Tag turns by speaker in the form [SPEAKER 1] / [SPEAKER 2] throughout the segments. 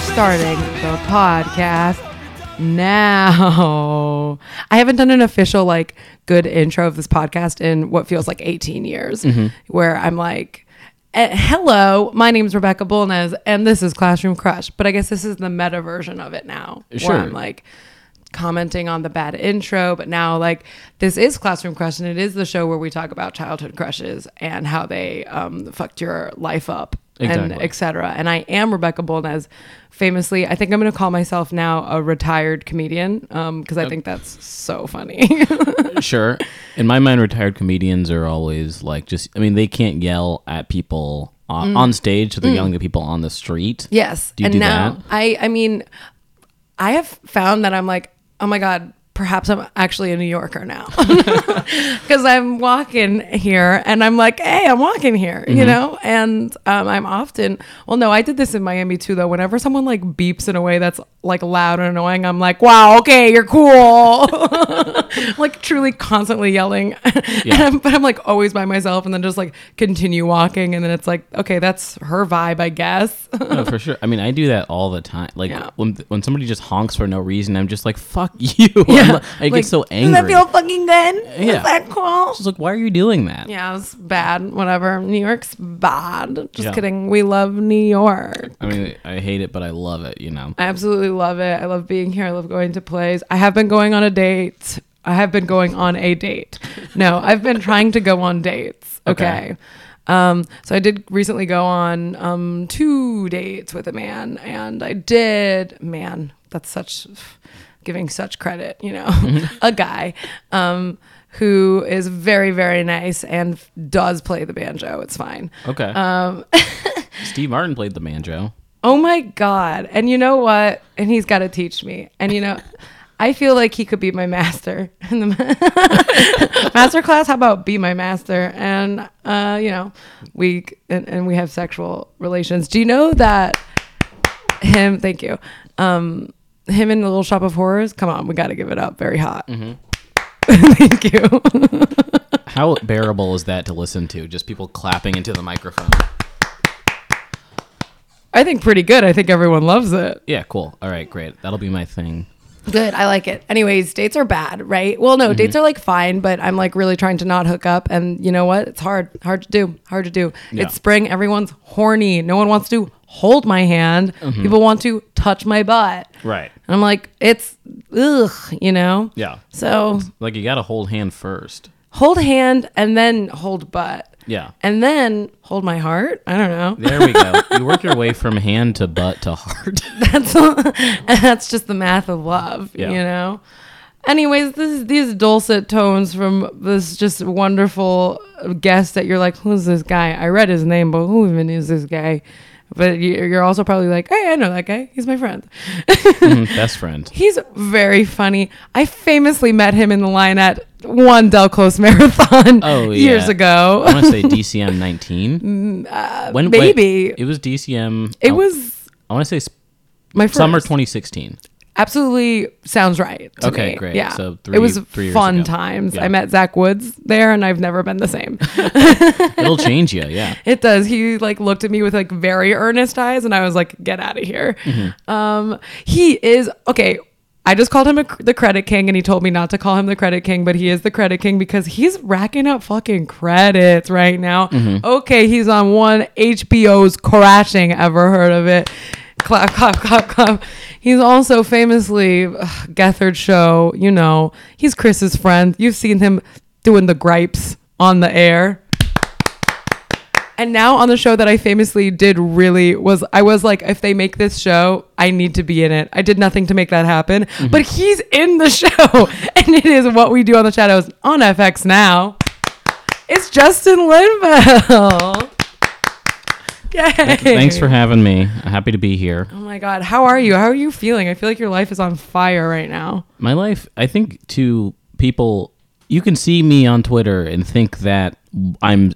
[SPEAKER 1] starting the podcast now. I haven't done an official, like, good intro of this podcast in what feels like 18 years, where I'm like, "Eh, hello, my name's Rebecca Bulnes, and this is Classroom Crush. But I guess this is the meta version of it now,
[SPEAKER 2] Sure.
[SPEAKER 1] where I'm like, commenting on the bad intro but now like this is classroom crush and it is the show where we talk about childhood crushes and how they um, fucked your life up and
[SPEAKER 2] Exactly.
[SPEAKER 1] etc. And I am Rebecca Bolnez. Famously, I think I'm going to call myself now a retired comedian because I think that's so funny.
[SPEAKER 2] sure. In my mind, retired comedians are always like just. I mean, they can't yell at people on,
[SPEAKER 1] Mm.
[SPEAKER 2] on stage, so they're yelling at people on the street.
[SPEAKER 1] yes,
[SPEAKER 2] Do you
[SPEAKER 1] and
[SPEAKER 2] do
[SPEAKER 1] now
[SPEAKER 2] that?
[SPEAKER 1] I I mean, I have found that I'm like, oh my god, perhaps I'm actually a New Yorker now because I'm walking here and I'm like, hey, I'm walking here,
[SPEAKER 2] Mm-hmm.
[SPEAKER 1] you know. And um, I'm often well, no, I did this in Miami too though. Whenever someone like beeps in a way that's like loud and annoying, I'm like, wow, okay, you're cool. like truly constantly yelling. and I'm, but I'm like always by myself and then just like continue walking. And then it's like, okay, that's her vibe, I guess.
[SPEAKER 2] No, Oh, for sure. I mean, I do that all the time. Like
[SPEAKER 1] Yeah.
[SPEAKER 2] when when somebody just honks for no reason, I'm just like, "Fuck you!" I'm like- I get so angry.
[SPEAKER 1] Does that feel fucking good?
[SPEAKER 2] Yeah.
[SPEAKER 1] Is that cool?
[SPEAKER 2] It's like, why are you doing that?
[SPEAKER 1] Yeah, it's bad. Whatever. New York's bad. Just
[SPEAKER 2] Yeah.
[SPEAKER 1] kidding. We love New York.
[SPEAKER 2] I mean, I hate it, but I love it. You know.
[SPEAKER 1] I absolutely love it. I love being here. I love going to plays. I have been going on a date. I have been going on a date. No, I've been trying to go on dates. Okay.
[SPEAKER 2] Okay.
[SPEAKER 1] Um, so I did recently go on um, two dates with a man, and I did, man, that's such giving such credit, you know, a guy um, who is very, very nice and does play the banjo. It's fine.
[SPEAKER 2] Okay.
[SPEAKER 1] Um,
[SPEAKER 2] Steve Martin played the banjo.
[SPEAKER 1] Oh my God. And you know what? And he's got to teach me. And you know, I feel like he could be my master in the ma- master class. How about be my master? And, uh, you know, we, and, and we have sexual relations. Do you know that him, thank you. Um, him in the little shop of horrors. Come on. We got to give it up. Very hot. thank you.
[SPEAKER 2] How bearable is that to listen to? Just people clapping into the microphone.
[SPEAKER 1] I think pretty good. I think everyone loves it.
[SPEAKER 2] Yeah, cool. All right, great. That'll be my thing.
[SPEAKER 1] Good. I like it. Anyways, dates are bad, right? Well, no,
[SPEAKER 2] Mm-hmm.
[SPEAKER 1] dates are like fine, but I'm like really trying to not hook up. And you know what? It's hard. Hard to do. Hard to do.
[SPEAKER 2] Yeah.
[SPEAKER 1] It's spring. Everyone's horny. No one wants to hold my hand. People want to touch my butt.
[SPEAKER 2] Mm-hmm. Right.
[SPEAKER 1] And I'm like, it's ugh, you know?
[SPEAKER 2] Yeah.
[SPEAKER 1] So
[SPEAKER 2] Like you got to hold hand first.
[SPEAKER 1] hold hand and then hold butt.
[SPEAKER 2] Yeah.
[SPEAKER 1] And then hold my heart. I don't know.
[SPEAKER 2] There we go. you work your way from hand to butt to heart.
[SPEAKER 1] that's that's just the math of love,
[SPEAKER 2] Yeah.
[SPEAKER 1] you know. Anyways, this is these dulcet tones from this just wonderful guest that you're like, who's this guy? I read his name, but who even is this guy? But you- you're also probably like, hey, I know that guy. He's my friend.
[SPEAKER 2] Best friend.
[SPEAKER 1] He's very funny. I famously met him in the line at one Del Close marathon
[SPEAKER 2] Oh, yeah.
[SPEAKER 1] years ago. Mm, uh,
[SPEAKER 2] I want to say DCM 19. when wait,
[SPEAKER 1] maybe.
[SPEAKER 2] it was DCM.
[SPEAKER 1] It
[SPEAKER 2] I-
[SPEAKER 1] was
[SPEAKER 2] I want to say sp-
[SPEAKER 1] my first.
[SPEAKER 2] summer 2016.
[SPEAKER 1] absolutely sounds right. to
[SPEAKER 2] Okay,
[SPEAKER 1] me.
[SPEAKER 2] great.
[SPEAKER 1] Yeah,
[SPEAKER 2] So
[SPEAKER 1] it
[SPEAKER 2] three-
[SPEAKER 1] was
[SPEAKER 2] three years
[SPEAKER 1] fun
[SPEAKER 2] ago.
[SPEAKER 1] times.
[SPEAKER 2] Yeah.
[SPEAKER 1] I met Zach Woods there, and I've never been the same.
[SPEAKER 2] It'll change you. Yeah.
[SPEAKER 1] it does. He like looked at me with like very earnest eyes, and I was like, "Get out of here." Um, he is okay. I just called him a, the credit king, and he told me not to call him the credit king, but he is the credit king because he's racking up fucking credits right now. Okay, he's on one HBO's crashing. Ever heard of it? Clap, clap, clap, clap. He's also famously ugh, Gethard show. You know, he's Chris's friend. You've seen him doing the gripes on the air. And now on the show that I famously did really was I was like, if they make this show, I need to be in it. I did nothing to make that happen.
[SPEAKER 2] Mm-hmm.
[SPEAKER 1] But he's in the show. And it is what we do on the shadows on FX now. It's Justin Linville. Yay.
[SPEAKER 2] Thanks for having me. Happy to be here.
[SPEAKER 1] Oh my God. How are you? How are you feeling? I feel like your life is on fire right now.
[SPEAKER 2] My life, I think to people, you can see me on Twitter and think that I'm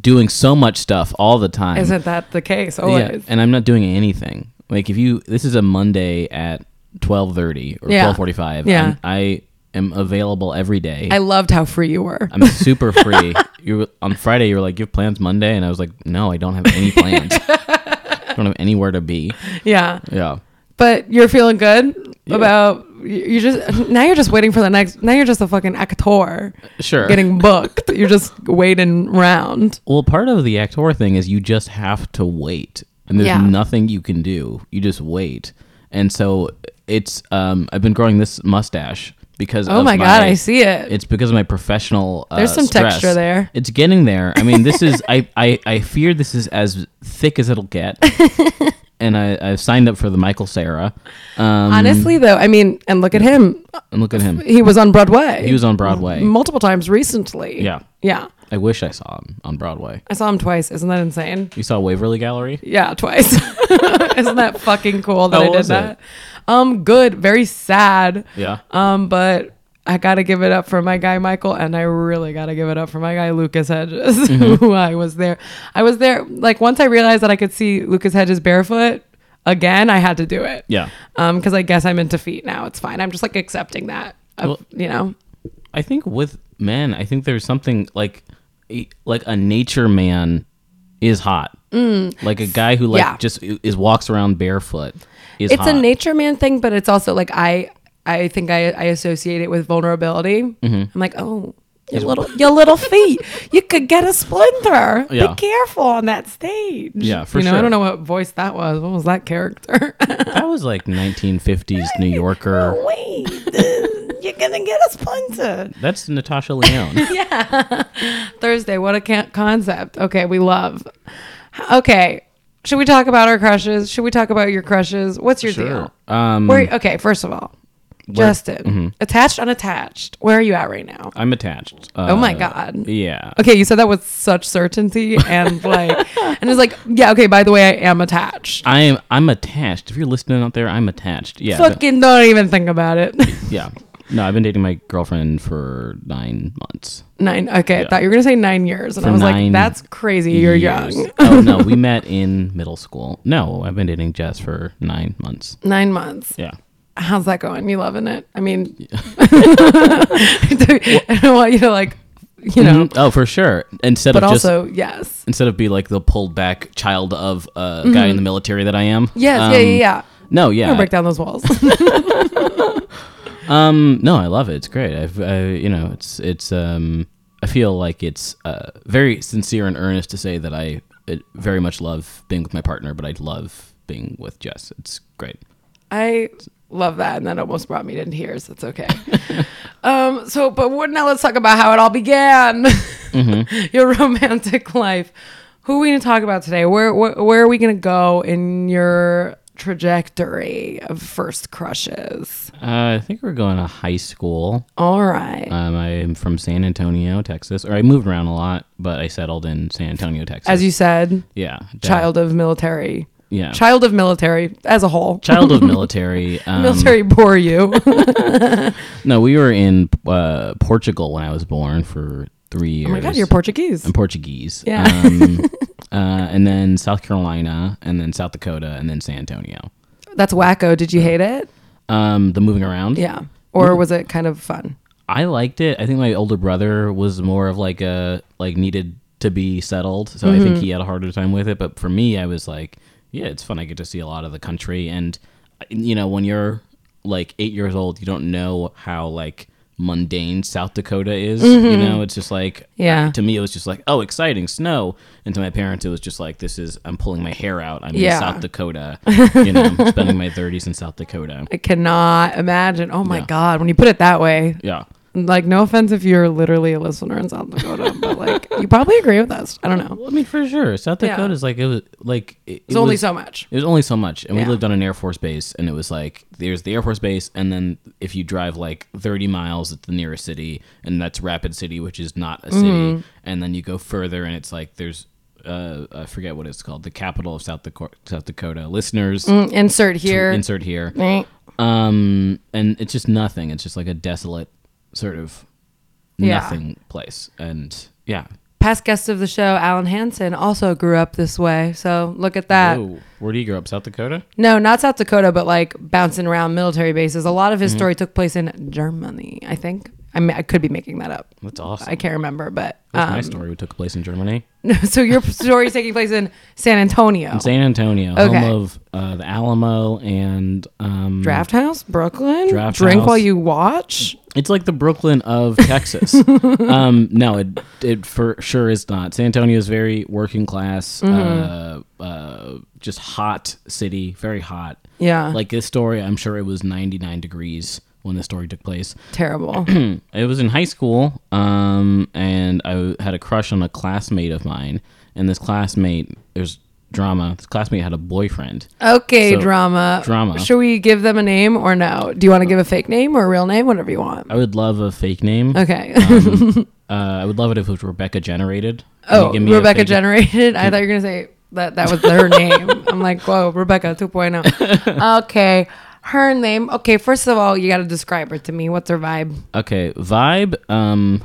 [SPEAKER 2] doing so much stuff all the time.
[SPEAKER 1] Isn't that the case?
[SPEAKER 2] Mm-hmm. yeah,
[SPEAKER 1] Always.
[SPEAKER 2] and I'm not doing anything. Like if you, this is a Monday at 12:30 or
[SPEAKER 1] Yeah.
[SPEAKER 2] 12:45.
[SPEAKER 1] Yeah.
[SPEAKER 2] I'm- I am available every day.
[SPEAKER 1] I loved how free you were.
[SPEAKER 2] I'm super free. you were- on Friday. You were like, "You have plans Monday," and I was like, "No, I don't have any plans. I don't have anywhere to be."
[SPEAKER 1] yeah.
[SPEAKER 2] Yeah,
[SPEAKER 1] But you're feeling good about you just now you're just waiting for the next now you're just a fucking actor
[SPEAKER 2] Sure.
[SPEAKER 1] getting booked. you're just waiting round.
[SPEAKER 2] well, part of the actor thing is you just have to wait, and there's
[SPEAKER 1] Yeah.
[SPEAKER 2] nothing you can do. You just wait, and so it's. Um, I've been growing this mustache because.
[SPEAKER 1] Oh
[SPEAKER 2] of
[SPEAKER 1] my god, I see it.
[SPEAKER 2] It's because of my professional. Uh,
[SPEAKER 1] There's some
[SPEAKER 2] stress.
[SPEAKER 1] texture there.
[SPEAKER 2] It's getting there. I mean, this is. I, I I fear this is as thick as it'll get. and I I've signed up for the Michael Sarah. Um,
[SPEAKER 1] Honestly though, I mean, and look at him.
[SPEAKER 2] and look at him.
[SPEAKER 1] He was on Broadway.
[SPEAKER 2] He was on Broadway.
[SPEAKER 1] multiple times recently.
[SPEAKER 2] Yeah.
[SPEAKER 1] Yeah.
[SPEAKER 2] I wish I saw him on Broadway.
[SPEAKER 1] I saw him twice. Isn't that insane?
[SPEAKER 2] You saw Waverly Gallery?
[SPEAKER 1] Yeah, twice. Isn't that fucking cool that
[SPEAKER 2] How
[SPEAKER 1] I did
[SPEAKER 2] was it?
[SPEAKER 1] that? Um, good, very sad.
[SPEAKER 2] Yeah.
[SPEAKER 1] Um, but I gotta give it up for my guy Michael, and I really gotta give it up for my guy Lucas Hedges,
[SPEAKER 2] Mm-hmm.
[SPEAKER 1] who I was there. I was there like once I realized that I could see Lucas Hedges barefoot again. I had to do it.
[SPEAKER 2] Yeah.
[SPEAKER 1] Um, because I guess I'm into feet now. It's fine. I'm just like accepting that. Of,
[SPEAKER 2] Well-
[SPEAKER 1] you know.
[SPEAKER 2] I think with men, I think there's something like e- like a nature man is hot. Like a guy who like
[SPEAKER 1] Mm. Yeah.
[SPEAKER 2] just i- is walks around barefoot is
[SPEAKER 1] it's
[SPEAKER 2] hot.
[SPEAKER 1] a nature man thing, but it's also like I I think I, I associate it with vulnerability.
[SPEAKER 2] Mm-hmm.
[SPEAKER 1] I'm like, oh, your little your little feet, you could get a splinter.
[SPEAKER 2] Yeah.
[SPEAKER 1] Be careful on that stage.
[SPEAKER 2] Yeah, for
[SPEAKER 1] you know, I
[SPEAKER 2] sure.
[SPEAKER 1] don't know what voice that was. What was that character?
[SPEAKER 2] that was like 1950s New Yorker.
[SPEAKER 1] Wait, you're gonna get a splinter.
[SPEAKER 2] That's Natasha Leone.
[SPEAKER 1] Thursday, what a ca- concept. Okay, we love. Okay, should we talk about our crushes? Should we talk about your crushes? What's your deal?
[SPEAKER 2] Um, mm-hmm.
[SPEAKER 1] Where, okay, first of all, Justin, attached, unattached. Where are you at right now?
[SPEAKER 2] I'm attached. Uh,
[SPEAKER 1] oh my god.
[SPEAKER 2] Yeah.
[SPEAKER 1] Okay, you said that with such certainty and like, and it's like, yeah, okay. By the way, I am attached.
[SPEAKER 2] I am. I'm attached. If you're listening out there, I'm attached. Yeah. no-
[SPEAKER 1] Fucking don't even think about it.
[SPEAKER 2] yeah. No, I've been dating my girlfriend for nine months.
[SPEAKER 1] nine. Okay, I thought you were gonna say nine years, and I
[SPEAKER 2] For
[SPEAKER 1] was like,
[SPEAKER 2] nine
[SPEAKER 1] that's crazy. You're
[SPEAKER 2] years.
[SPEAKER 1] young.
[SPEAKER 2] oh no, we met in middle school. No, I've been dating Jess for nine months.
[SPEAKER 1] Nine months.
[SPEAKER 2] Yeah.
[SPEAKER 1] How's that going? You loving it? I mean, I don't want you to like, you know,
[SPEAKER 2] Mhm. Oh, for sure. Instead
[SPEAKER 1] but
[SPEAKER 2] of just
[SPEAKER 1] also yes,
[SPEAKER 2] instead of be like the pulled back child of a guy in the military that I am.
[SPEAKER 1] Mm-hmm.
[SPEAKER 2] Um,
[SPEAKER 1] yes, yeah, yeah, yeah.
[SPEAKER 2] No,
[SPEAKER 1] I'm gonna
[SPEAKER 2] yeah.
[SPEAKER 1] break down those walls.
[SPEAKER 2] Um, no, I love it. It's great. I've, I, you know, it's, it's, um, I feel like it's uh, very sincere and earnest to say that I uh, very much love being with my partner, but I love being with Jess. It's great.
[SPEAKER 1] I love that, and that almost brought me to tears. That's okay. um, so, but what, now let's talk about how it all began.
[SPEAKER 2] Mm-hmm.
[SPEAKER 1] your romantic life. Who are we going to talk about today? Where where, where are we going to go in your trajectory of first crushes?
[SPEAKER 2] Uh, I think we're going to high school.
[SPEAKER 1] All right,
[SPEAKER 2] Um, I'm from San Antonio, Texas, or I moved around a lot, but I settled in San Antonio, Texas.
[SPEAKER 1] as you said,
[SPEAKER 2] yeah, da-
[SPEAKER 1] child of military,
[SPEAKER 2] yeah,
[SPEAKER 1] child of military as a whole.
[SPEAKER 2] child of military. Um,
[SPEAKER 1] military bore you.
[SPEAKER 2] No, we were in uh, Portugal when I was born for three years.
[SPEAKER 1] oh my god, you're Portuguese.
[SPEAKER 2] I'm Portuguese.
[SPEAKER 1] Yeah.
[SPEAKER 2] Um, uh, and then South Carolina, and then South Dakota, and then San Antonio.
[SPEAKER 1] That's wacko. Did you hate it?
[SPEAKER 2] Um, the moving around.
[SPEAKER 1] Yeah. Or was it kind of fun?
[SPEAKER 2] I liked it. I think my older brother was more of like a like needed to be settled, so I think he had a harder time with it. But for me, I was like, yeah, it's fun. I get to see a lot of the country, and you know, when you're like eight years old, you don't know how like mundane South Dakota is. You know, it's just like
[SPEAKER 1] Yeah.
[SPEAKER 2] To me, it was just like, oh, exciting snow, and to my parents, it was just like, this is I'm pulling my hair out. I'm
[SPEAKER 1] Yeah.
[SPEAKER 2] in South Dakota. you know, I'm spending my 30s in South Dakota.
[SPEAKER 1] I cannot imagine. Oh my
[SPEAKER 2] Yeah.
[SPEAKER 1] god, when you put it that way,
[SPEAKER 2] Yeah.
[SPEAKER 1] like no offense if you're literally a listener in South Dakota, but like you probably agree with us. I don't know.
[SPEAKER 2] Well, I mean, for sure, South
[SPEAKER 1] Yeah.
[SPEAKER 2] Dakota is like it was like it,
[SPEAKER 1] It's only so much.
[SPEAKER 2] It was only so much, and
[SPEAKER 1] Yeah.
[SPEAKER 2] we lived on an Air Force base, and it was like there's the Air Force base, and then if you drive like 30 miles, it's the nearest city, and that's Rapid City, which is not a city,
[SPEAKER 1] Mm-hmm.
[SPEAKER 2] and then you go further, and it's like there's uh, I forget what it's called, the capital of South Dakota. South Dakota. Listeners,
[SPEAKER 1] Mm, Insert here.
[SPEAKER 2] insert here,
[SPEAKER 1] Meh.
[SPEAKER 2] um, and it's just nothing. It's just like a desolate sort of
[SPEAKER 1] Yeah.
[SPEAKER 2] nothing place, and yeah.
[SPEAKER 1] Past guest of the show, Alan Hansen, also grew up this way. So look at that.
[SPEAKER 2] Whoa. Where do you grow up? South Dakota?
[SPEAKER 1] No, not South
[SPEAKER 2] Mm-hmm.
[SPEAKER 1] Dakota, but like bouncing around military bases. A lot of his story took place in Germany, I think. I, mean, I could be making that up.
[SPEAKER 2] That's awesome.
[SPEAKER 1] I can't remember, but
[SPEAKER 2] That's
[SPEAKER 1] um, oh.
[SPEAKER 2] my story. We took place in Germany,
[SPEAKER 1] so your story is taking place in San Antonio.
[SPEAKER 2] San Antonio,
[SPEAKER 1] Okay.
[SPEAKER 2] home of uh, the Alamo, and um,
[SPEAKER 1] Draft House, Brooklyn.
[SPEAKER 2] Draft
[SPEAKER 1] Drink
[SPEAKER 2] House.
[SPEAKER 1] while you watch.
[SPEAKER 2] It's like the Brooklyn of Texas. um, no, it it for sure is not. San Antonio is very working class,
[SPEAKER 1] Mm-hmm.
[SPEAKER 2] uh, uh, just hot city, very hot.
[SPEAKER 1] Yeah.
[SPEAKER 2] Like this story, I'm sure it was 99 degrees when this story took place.
[SPEAKER 1] Terrible.
[SPEAKER 2] It was in high school, um, and I had a crush on a classmate of mine. And this classmate, there's drama. This classmate had a boyfriend.
[SPEAKER 1] Okay,
[SPEAKER 2] So,
[SPEAKER 1] drama.
[SPEAKER 2] drama.
[SPEAKER 1] Should we give them a name or no? Do you want to give a fake name or a real name? Whatever you want.
[SPEAKER 2] I would love a fake name.
[SPEAKER 1] Okay.
[SPEAKER 2] Um, uh, I would love it if it was Rebecca generated. Can you
[SPEAKER 1] oh,
[SPEAKER 2] give me a
[SPEAKER 1] Rebecca
[SPEAKER 2] fake-
[SPEAKER 1] generated. I thought you were gonna say that that was her name. I'm like, whoa, Rebecca 2.0. okay, her name. Okay, first of all, you got to describe her to me. What's her vibe?
[SPEAKER 2] Okay, vibe. Um,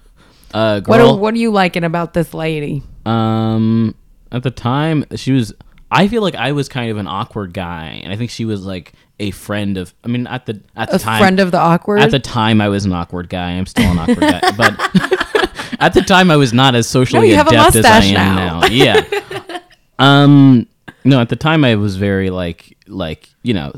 [SPEAKER 2] uh,
[SPEAKER 1] What
[SPEAKER 2] girl.
[SPEAKER 1] are, what are you liking about this lady?
[SPEAKER 2] um, at the time she was. I feel like I was kind of an awkward guy, and I think she was like a friend of. I mean, at the at the
[SPEAKER 1] A
[SPEAKER 2] time,
[SPEAKER 1] friend of the awkward.
[SPEAKER 2] at the time I was an awkward guy. I'm still an awkward guy, but at the time I was not as socially
[SPEAKER 1] No, you have a
[SPEAKER 2] adept as I
[SPEAKER 1] mustache
[SPEAKER 2] am
[SPEAKER 1] now.
[SPEAKER 2] now. Yeah. um. No, at the time I was very like like you know.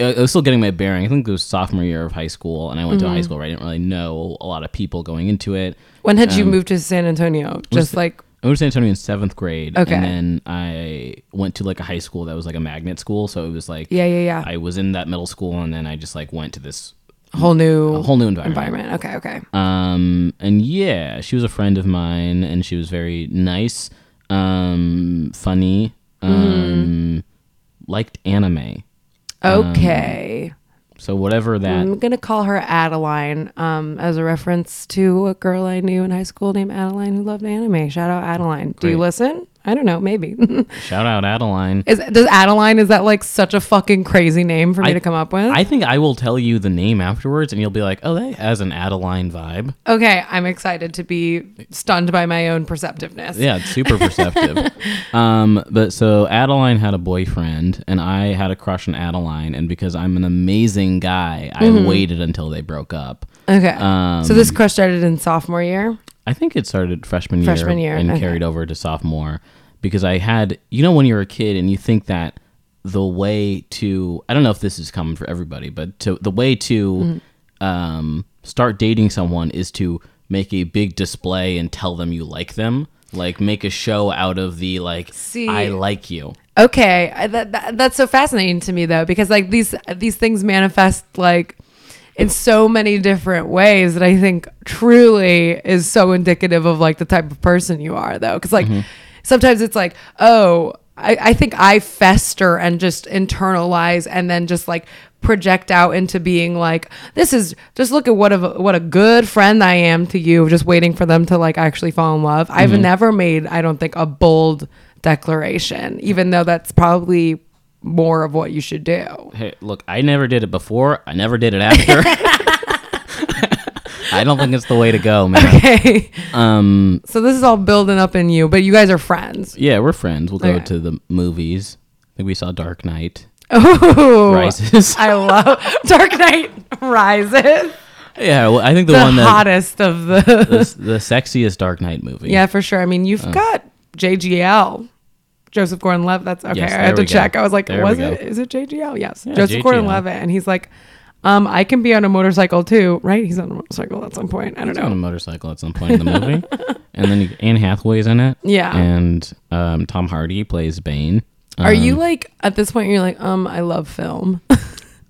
[SPEAKER 2] I I was still getting my bearing. I think it was sophomore year of high school, and I went to
[SPEAKER 1] Mm-hmm.
[SPEAKER 2] high school where I didn't really know a lot of people going into it.
[SPEAKER 1] when had you moved to San Antonio? Just like
[SPEAKER 2] I went to San Antonio in seventh grade,
[SPEAKER 1] Okay.
[SPEAKER 2] and then I went to like a high school that was like a magnet school. So it was like,
[SPEAKER 1] Yeah, yeah, yeah.
[SPEAKER 2] I was in that middle school, and then I just like went to this
[SPEAKER 1] whole new
[SPEAKER 2] whole new environment.
[SPEAKER 1] environment. Okay, okay.
[SPEAKER 2] Um, and yeah, she was a friend of mine, and she was very nice, um, funny, um, liked anime. um,
[SPEAKER 1] Okay.
[SPEAKER 2] So whatever that.
[SPEAKER 1] I'm gonna call her Adeline um, as a reference to a girl I knew in high school named Adeline who loved anime. Shout out Adeline. Do you
[SPEAKER 2] Great.
[SPEAKER 1] listen? I don't know. Maybe
[SPEAKER 2] Shout out Adeline.
[SPEAKER 1] is does Adeline is that like such a fucking crazy name for me
[SPEAKER 2] I-
[SPEAKER 1] to come up with?
[SPEAKER 2] I think I will tell you the name afterwards, and you'll be like, "Oh, that has an Adeline vibe."
[SPEAKER 1] okay, I'm excited to be stunned by my own perceptiveness.
[SPEAKER 2] Yeah, it's super perceptive. um, but so Adeline had a boyfriend, and I had a crush on Adeline, and because I'm an amazing guy, I waited until they broke up.
[SPEAKER 1] Okay.
[SPEAKER 2] Um,
[SPEAKER 1] so this crush started in sophomore year.
[SPEAKER 2] I think it started freshman year,
[SPEAKER 1] Freshman year,
[SPEAKER 2] and
[SPEAKER 1] okay.
[SPEAKER 2] carried over to sophomore because I had, you know, when you're a kid and you think that the way to, I don't know if this is common for everybody, but to the way to
[SPEAKER 1] Mm-hmm.
[SPEAKER 2] um, start dating someone is to make a big display and tell them you like them. Like make a show out of the like
[SPEAKER 1] See-
[SPEAKER 2] I like you.
[SPEAKER 1] Okay, I- that, that, that's so fascinating to me though, because like these these things manifest like in so many different ways that I think truly is so indicative of like the type of person you are though, because like
[SPEAKER 2] Mm-hmm.
[SPEAKER 1] sometimes it's like oh. I, I think I fester and just internalize and then just like project out into being like this is just look at what a what a good friend I am to you just waiting for them to like actually fall in love.
[SPEAKER 2] Mm-hmm.
[SPEAKER 1] I've never made I don't think a bold declaration, even though that's probably more of what you should do.
[SPEAKER 2] Hey, look, I never did it before. I never did it after. I don't think it's the way to go, man.
[SPEAKER 1] Okay. Um so this is all building up in you, but you guys are friends.
[SPEAKER 2] Yeah, we're friends. We'll go
[SPEAKER 1] Okay.
[SPEAKER 2] to the movies. I think we saw Dark Knight
[SPEAKER 1] Oh.
[SPEAKER 2] Rises.
[SPEAKER 1] I love Dark Knight Rises.
[SPEAKER 2] yeah, well, I think the,
[SPEAKER 1] The
[SPEAKER 2] one that
[SPEAKER 1] hottest of the
[SPEAKER 2] the, the sexiest Dark Knight movie.
[SPEAKER 1] Yeah, for sure. I mean,
[SPEAKER 2] Oh.
[SPEAKER 1] you've got JGL. Joseph Gordon-Levitt. That's okay.
[SPEAKER 2] Yes,
[SPEAKER 1] I
[SPEAKER 2] there
[SPEAKER 1] had to
[SPEAKER 2] we go.
[SPEAKER 1] check. I was like,
[SPEAKER 2] There
[SPEAKER 1] was
[SPEAKER 2] we go.
[SPEAKER 1] it? Is it JGL? Yes. Joseph
[SPEAKER 2] JGL.
[SPEAKER 1] Gordon-Levitt, and he's like, um, I can be on a motorcycle too, right? He's on a motorcycle at some point. I don't
[SPEAKER 2] He's on a
[SPEAKER 1] know.
[SPEAKER 2] motorcycle at some point in the movie, and then you, Anne Hathaway's in it.
[SPEAKER 1] Yeah.
[SPEAKER 2] and um, Tom Hardy plays Bane.
[SPEAKER 1] Are you like at this point? You're like, um, I love film.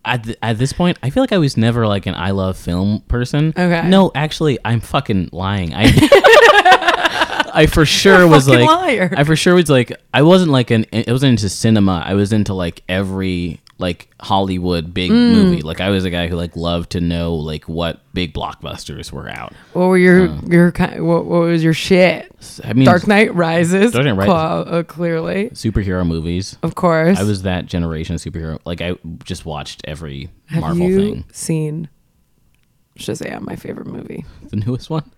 [SPEAKER 2] At, th- at this point, I feel like I was never like an I love film person.
[SPEAKER 1] Okay.
[SPEAKER 2] No, actually, I'm fucking lying. I I for sure was
[SPEAKER 1] fucking
[SPEAKER 2] like
[SPEAKER 1] liar.
[SPEAKER 2] I for sure was like I wasn't like an I wasn't into cinema. I was into like every like Hollywood big
[SPEAKER 1] Mm.
[SPEAKER 2] movie. Like I was a guy who like loved to know like what big blockbusters were out.
[SPEAKER 1] what were your
[SPEAKER 2] Oh.
[SPEAKER 1] your kind? What, what was your shit?
[SPEAKER 2] I mean,
[SPEAKER 1] Dark Knight Rises.
[SPEAKER 2] Dark Knight Rises.
[SPEAKER 1] Claw- uh, clearly,
[SPEAKER 2] superhero movies.
[SPEAKER 1] of course.
[SPEAKER 2] I was that generation of superhero. Like I just watched every
[SPEAKER 1] Have
[SPEAKER 2] Marvel
[SPEAKER 1] you
[SPEAKER 2] thing.
[SPEAKER 1] seen Shazam? My favorite movie.
[SPEAKER 2] The newest one.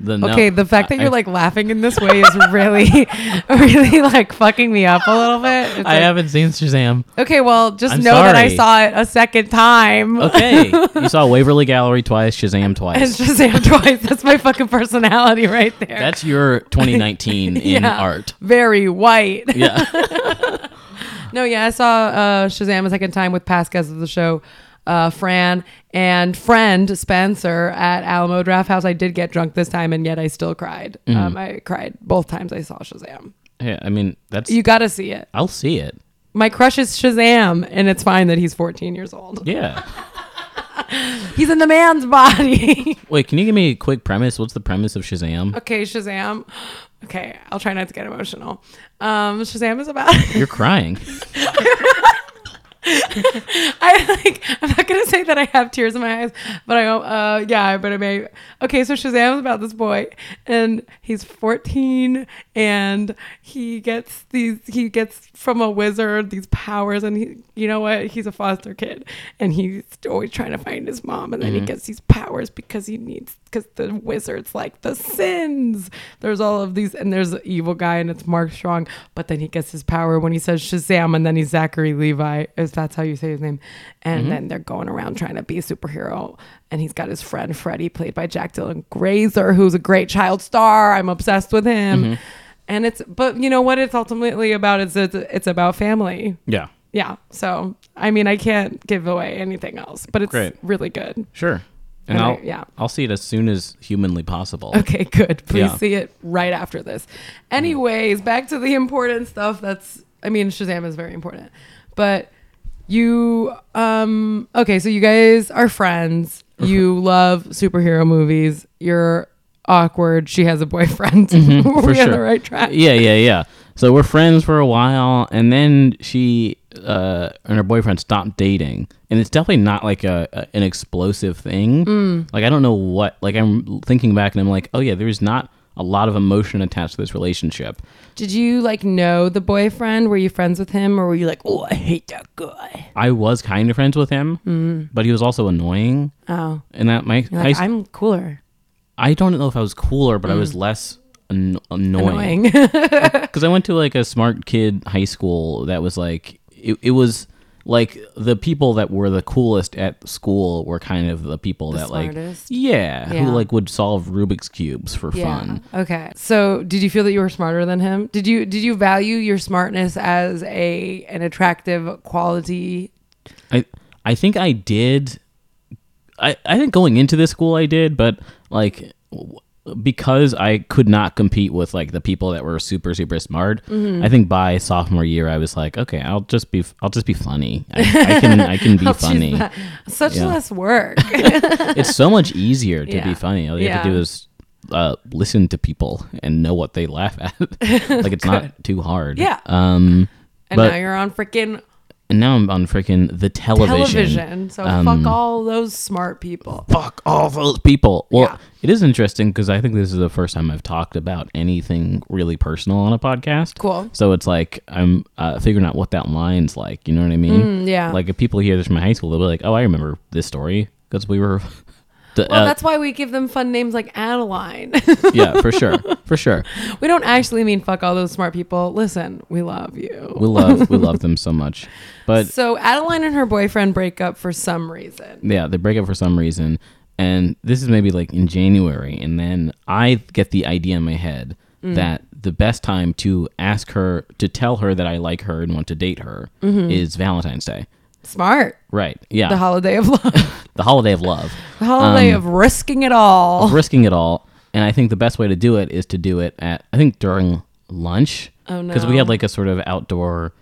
[SPEAKER 2] The no-
[SPEAKER 1] Okay, the fact that
[SPEAKER 2] I-
[SPEAKER 1] you're like laughing in this way is really, really like fucking me up a little bit. It's
[SPEAKER 2] I
[SPEAKER 1] like-
[SPEAKER 2] haven't seen Shazam.
[SPEAKER 1] Okay, well, just
[SPEAKER 2] I'm
[SPEAKER 1] know that I
[SPEAKER 2] sorry.
[SPEAKER 1] saw it a second time.
[SPEAKER 2] Okay, you saw Waverly Gallery twice, Shazam twice.
[SPEAKER 1] and Shazam twice. That's my fucking personality right there.
[SPEAKER 2] That's your 2019 in
[SPEAKER 1] Yeah.
[SPEAKER 2] art.
[SPEAKER 1] very white.
[SPEAKER 2] Yeah.
[SPEAKER 1] No, yeah, I saw uh, Shazam a second time with past guests of the show, uh, Fran and friend Spencer at Alamo Draft House. I did get drunk this time, and yet I still cried.
[SPEAKER 2] Mm-hmm.
[SPEAKER 1] Um, I cried both times I saw Shazam.
[SPEAKER 2] yeah. I mean, that's.
[SPEAKER 1] You got to see it.
[SPEAKER 2] I'll see it.
[SPEAKER 1] My crush is Shazam, and it's fine that he's 14 years old.
[SPEAKER 2] Yeah.
[SPEAKER 1] He's in the man's body.
[SPEAKER 2] Wait, can you give me a quick premise? What's the premise of Shazam?
[SPEAKER 1] okay, Shazam. Okay, I'll try not to get emotional. Um, Shazam is about.
[SPEAKER 2] You're crying.
[SPEAKER 1] I like. I'm not gonna say that I have tears in my eyes, but I. Uh, yeah, but I may. Okay, so Shazam is about this boy, and he's 14, and he gets these. He gets from a wizard these powers, and he. You know what? He's a foster kid, and he's always trying to find his mom, and then he gets these powers because he needs. Because the wizard's like the sins. There's all of these, and there's an evil guy, and it's Mark Strong. But then he gets his power when he says Shazam, and then he's Zachary Levi, if that's how you say his name. And then they're going around trying to be a superhero. And he's got his friend Freddie, played by Jack Dylan Grazer, who's a great child star. I'm obsessed with him. And it's, but you know what? It's ultimately about is it's, it's about family.
[SPEAKER 2] Yeah.
[SPEAKER 1] Yeah. So I mean, I can't give away anything else, but it's
[SPEAKER 2] Great.
[SPEAKER 1] really good.
[SPEAKER 2] Sure. And
[SPEAKER 1] All
[SPEAKER 2] I'll,
[SPEAKER 1] right, yeah.
[SPEAKER 2] I'll see it as soon as humanly possible.
[SPEAKER 1] Okay, good. Please
[SPEAKER 2] Yeah.
[SPEAKER 1] see it right after this. Anyways, back to the important stuff. That's I mean, Shazam is very important, but you um okay. So you guys are friends.
[SPEAKER 2] Mm-hmm.
[SPEAKER 1] You love superhero movies. You're awkward. She has a boyfriend. We're
[SPEAKER 2] Mm-hmm. for
[SPEAKER 1] on the
[SPEAKER 2] sure.
[SPEAKER 1] right track.
[SPEAKER 2] Yeah, yeah, yeah. So we're friends for a while, and then she uh, and her boyfriend stopped dating, and it's definitely not like a, a- an explosive thing.
[SPEAKER 1] Mm.
[SPEAKER 2] Like I don't know what. Like I'm thinking back, and I'm like, oh yeah, there's not a lot of emotion attached to this relationship.
[SPEAKER 1] Did you like know the boyfriend? Were you friends with him, or were you like, oh, I hate that guy?
[SPEAKER 2] I was kind of friends with him, but he was also annoying.
[SPEAKER 1] Mm. Oh,
[SPEAKER 2] And that my
[SPEAKER 1] you're like,
[SPEAKER 2] high,
[SPEAKER 1] I'm cooler.
[SPEAKER 2] I don't know if I was cooler, but I was less an- annoying.
[SPEAKER 1] Mm. Annoying.
[SPEAKER 2] because I went to like a smart kid high school that was like it, it was like the people that were the coolest at school were kind of the people that
[SPEAKER 1] smartest?
[SPEAKER 2] like yeah,
[SPEAKER 1] Yeah.
[SPEAKER 2] who like would solve Rubik's cubes for
[SPEAKER 1] Yeah.
[SPEAKER 2] fun.
[SPEAKER 1] Okay. So, did you feel that you were smarter than him? Did you did you value your smartness as a an attractive quality?
[SPEAKER 2] I I think I did. I I think going into this school I did, but like w- because I could not compete with like the people that were super super smart.
[SPEAKER 1] Mm-hmm.
[SPEAKER 2] I think by sophomore year I was like, okay, I'll just be f- I'll just be funny. I, I can I can be
[SPEAKER 1] I'll choose
[SPEAKER 2] funny.
[SPEAKER 1] that. Such
[SPEAKER 2] Yeah.
[SPEAKER 1] less work.
[SPEAKER 2] it's so much easier to
[SPEAKER 1] Yeah.
[SPEAKER 2] be funny. All you have to
[SPEAKER 1] Yeah.
[SPEAKER 2] do is uh, listen to people and know what they laugh at. like it's not too hard.
[SPEAKER 1] Yeah.
[SPEAKER 2] Um.
[SPEAKER 1] and
[SPEAKER 2] but
[SPEAKER 1] now you're on freaking
[SPEAKER 2] and now I'm on freaking the television. Um,
[SPEAKER 1] television. So fuck all those smart people.
[SPEAKER 2] Fuck all those people. Well,
[SPEAKER 1] Yeah.
[SPEAKER 2] it is interesting because I think this is the first time I've talked about anything really personal on a podcast.
[SPEAKER 1] Cool.
[SPEAKER 2] So it's like I'm uh, figuring out what that line's like. You know what I mean?
[SPEAKER 1] Mm, yeah.
[SPEAKER 2] Like if people hear this from high school, they'll be like, "Oh, I remember this story because we were." the,
[SPEAKER 1] Well,
[SPEAKER 2] uh,
[SPEAKER 1] that's why we give them fun names like Adeline.
[SPEAKER 2] yeah, for sure, for sure.
[SPEAKER 1] we don't actually mean fuck all those smart people. Listen, we love you.
[SPEAKER 2] We love we love them so much. But
[SPEAKER 1] So Adeline and her boyfriend break up for some reason.
[SPEAKER 2] yeah, they break up for some reason. And this is maybe like in January and then I get the idea in my head that the best time to ask her to tell her that I like her and want to date her is Valentine's Day.
[SPEAKER 1] Smart.
[SPEAKER 2] Right. Yeah.
[SPEAKER 1] The
[SPEAKER 2] The,
[SPEAKER 1] holiday of love.
[SPEAKER 2] holiday of love.
[SPEAKER 1] The
[SPEAKER 2] Um,
[SPEAKER 1] holiday of risking it all.
[SPEAKER 2] Risking it all. And I think the best way to do it is to do it at I think during lunch.
[SPEAKER 1] Oh,
[SPEAKER 2] Because we
[SPEAKER 1] no.
[SPEAKER 2] had like a sort of outdoor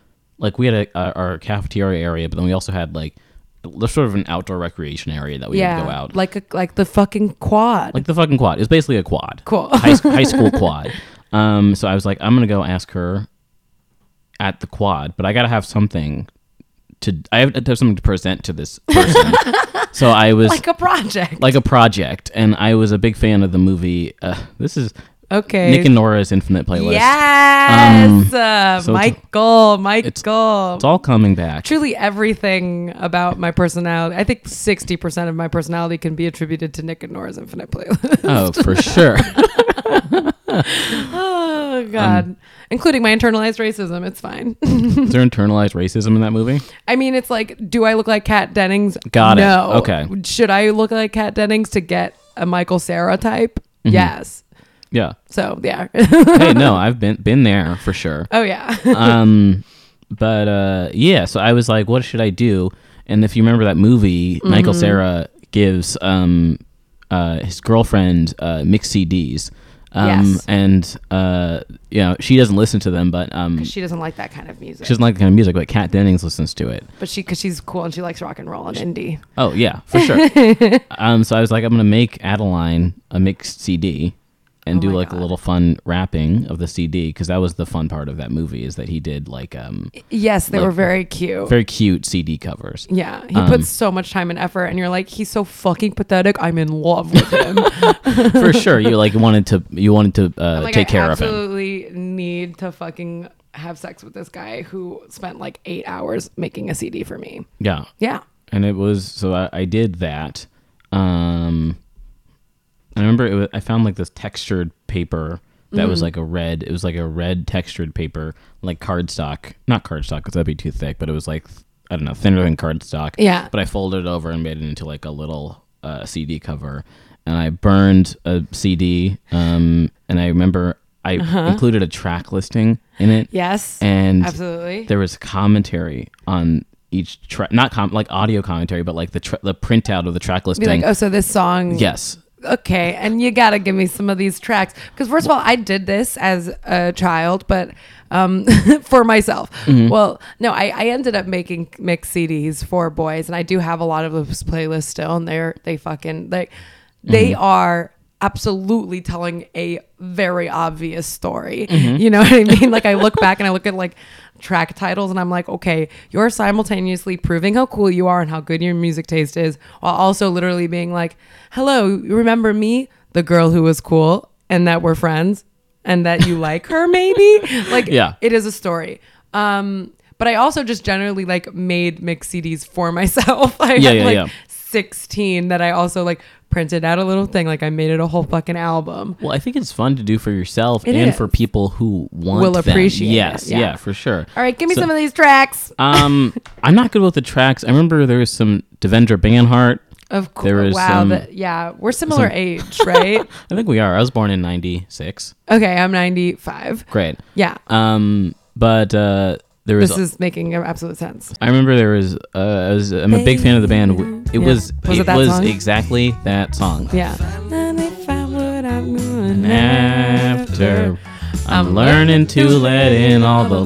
[SPEAKER 2] like we had a, a, our cafeteria area, but then we also had like there's sort of an outdoor recreation area that we would go out.
[SPEAKER 1] Like a, like the fucking quad.
[SPEAKER 2] like the fucking quad. It's basically a quad.
[SPEAKER 1] Cool.
[SPEAKER 2] high, s- high school quad. Um, so I was like, I'm gonna go ask her at the quad, but I gotta have something to. I have to have something to present to this person. so I was
[SPEAKER 1] like a project.
[SPEAKER 2] like a project, and I was a big fan of the movie. Uh, this is
[SPEAKER 1] Okay.
[SPEAKER 2] Nick and Nora's Infinite playlist.
[SPEAKER 1] Yes, uh,
[SPEAKER 2] so it's-
[SPEAKER 1] Michael, Michael.
[SPEAKER 2] It's all coming back.
[SPEAKER 1] Truly, everything about my personality. I think sixty percent of my personality can be attributed to Nick and Nora's Infinite Playlist.
[SPEAKER 2] Oh, for sure.
[SPEAKER 1] oh
[SPEAKER 2] Um,
[SPEAKER 1] God, including my internalized racism. It's fine.
[SPEAKER 2] Is there internalized racism in that movie?
[SPEAKER 1] I mean, it's like, do I look like Kat Dennings?
[SPEAKER 2] Got it.
[SPEAKER 1] no.
[SPEAKER 2] Okay.
[SPEAKER 1] Should I look like Kat Dennings to get a Michael Sarah type?
[SPEAKER 2] Mm-hmm.
[SPEAKER 1] Yes.
[SPEAKER 2] Yeah.
[SPEAKER 1] So yeah.
[SPEAKER 2] Hey, no, I've been been there for sure.
[SPEAKER 1] oh yeah.
[SPEAKER 2] um but uh yeah so i was like what should i do and if you remember that movie michael sarah gives um uh his girlfriend uh mixed cds um
[SPEAKER 1] Yes.
[SPEAKER 2] and uh you know she doesn't listen to them but um she
[SPEAKER 1] she doesn't like that kind of music,
[SPEAKER 2] doesn't like the kind of music but kat dennings listens to it
[SPEAKER 1] but she because she's cool and she likes rock and roll and indie.
[SPEAKER 2] oh yeah for sure um so i was like i'm gonna make adeline a mixed cd and
[SPEAKER 1] Oh
[SPEAKER 2] do
[SPEAKER 1] my
[SPEAKER 2] like a
[SPEAKER 1] God.
[SPEAKER 2] little fun wrapping of the cd because that was the fun part of that movie is that he did like um
[SPEAKER 1] Yes, they
[SPEAKER 2] Like-
[SPEAKER 1] were very cute.
[SPEAKER 2] very Um, cute cd covers
[SPEAKER 1] yeah, he puts so much time and effort, and you're like, he's so fucking pathetic. I'm in love with him.
[SPEAKER 2] for sure you like wanted to you wanted to uh,
[SPEAKER 1] like,
[SPEAKER 2] take
[SPEAKER 1] I
[SPEAKER 2] care of him
[SPEAKER 1] absolutely need to fucking have sex with this guy who spent like eight hours making a CD for me.
[SPEAKER 2] yeah
[SPEAKER 1] Yeah.
[SPEAKER 2] and it was so i, I did that um i remember it was, i found like this textured paper that
[SPEAKER 1] Mm-hmm.
[SPEAKER 2] was like a red it was like a red textured paper like cardstock not cardstock because that'd be too thick but it was like i don't know thinner than cardstock
[SPEAKER 1] Yeah.
[SPEAKER 2] but i folded it over and made it into like a little uh, cd cover and i burned a cd um and i remember i included a track listing in it
[SPEAKER 1] Uh-huh. Yes.
[SPEAKER 2] and
[SPEAKER 1] absolutely.
[SPEAKER 2] there was commentary on each track not com- like audio commentary but like the tra- the printout of the track
[SPEAKER 1] Be
[SPEAKER 2] listing
[SPEAKER 1] like, oh, so this song.
[SPEAKER 2] yes
[SPEAKER 1] Okay, and you gotta give me some of these tracks because first of all, I did this as a child, but um, for myself. Well, no, I, I ended up making mix CDs for boys, and I do have a lot of those playlists still, and they're they fucking like they are absolutely telling a very obvious story. You know what I mean? Like I look back and I look at like track titles and I'm like, okay, you're simultaneously proving how cool you are and how good your music taste is while also literally being like, "Hello, you remember me, the girl who was cool and that we're friends and that you like her maybe?" Like
[SPEAKER 2] Yeah.
[SPEAKER 1] it is a story. Um but I also just generally like made mix CDs for myself. I
[SPEAKER 2] Yeah,
[SPEAKER 1] had
[SPEAKER 2] yeah,
[SPEAKER 1] like
[SPEAKER 2] yeah.
[SPEAKER 1] 16 that I also like printed out a little thing. Like I made it a whole fucking album.
[SPEAKER 2] well i think it's fun to do for yourself
[SPEAKER 1] It
[SPEAKER 2] and
[SPEAKER 1] is.
[SPEAKER 2] for people who want
[SPEAKER 1] Will
[SPEAKER 2] them.
[SPEAKER 1] appreciate it,
[SPEAKER 2] yes
[SPEAKER 1] yeah.
[SPEAKER 2] yeah for sure
[SPEAKER 1] All right, give me
[SPEAKER 2] So-
[SPEAKER 1] some of these tracks.
[SPEAKER 2] um i'm not good with the tracks i remember there was some devendra banhart
[SPEAKER 1] Of
[SPEAKER 2] there
[SPEAKER 1] course.
[SPEAKER 2] is
[SPEAKER 1] Wow.
[SPEAKER 2] some-
[SPEAKER 1] that yeah, we're similar age, right?
[SPEAKER 2] i think we are i was born in 96
[SPEAKER 1] okay, I'm 95.
[SPEAKER 2] great
[SPEAKER 1] Yeah.
[SPEAKER 2] um but uh there was
[SPEAKER 1] This is making absolute sense.
[SPEAKER 2] I remember there was. Uh, I was. I'm a big fan of the band. W- It
[SPEAKER 1] Yeah.
[SPEAKER 2] was.
[SPEAKER 1] Was
[SPEAKER 2] it,
[SPEAKER 1] it that
[SPEAKER 2] was
[SPEAKER 1] song?
[SPEAKER 2] exactly that song.
[SPEAKER 1] Yeah. And if I would, I'm going
[SPEAKER 2] After
[SPEAKER 1] Um,
[SPEAKER 2] I'm learning to let in all the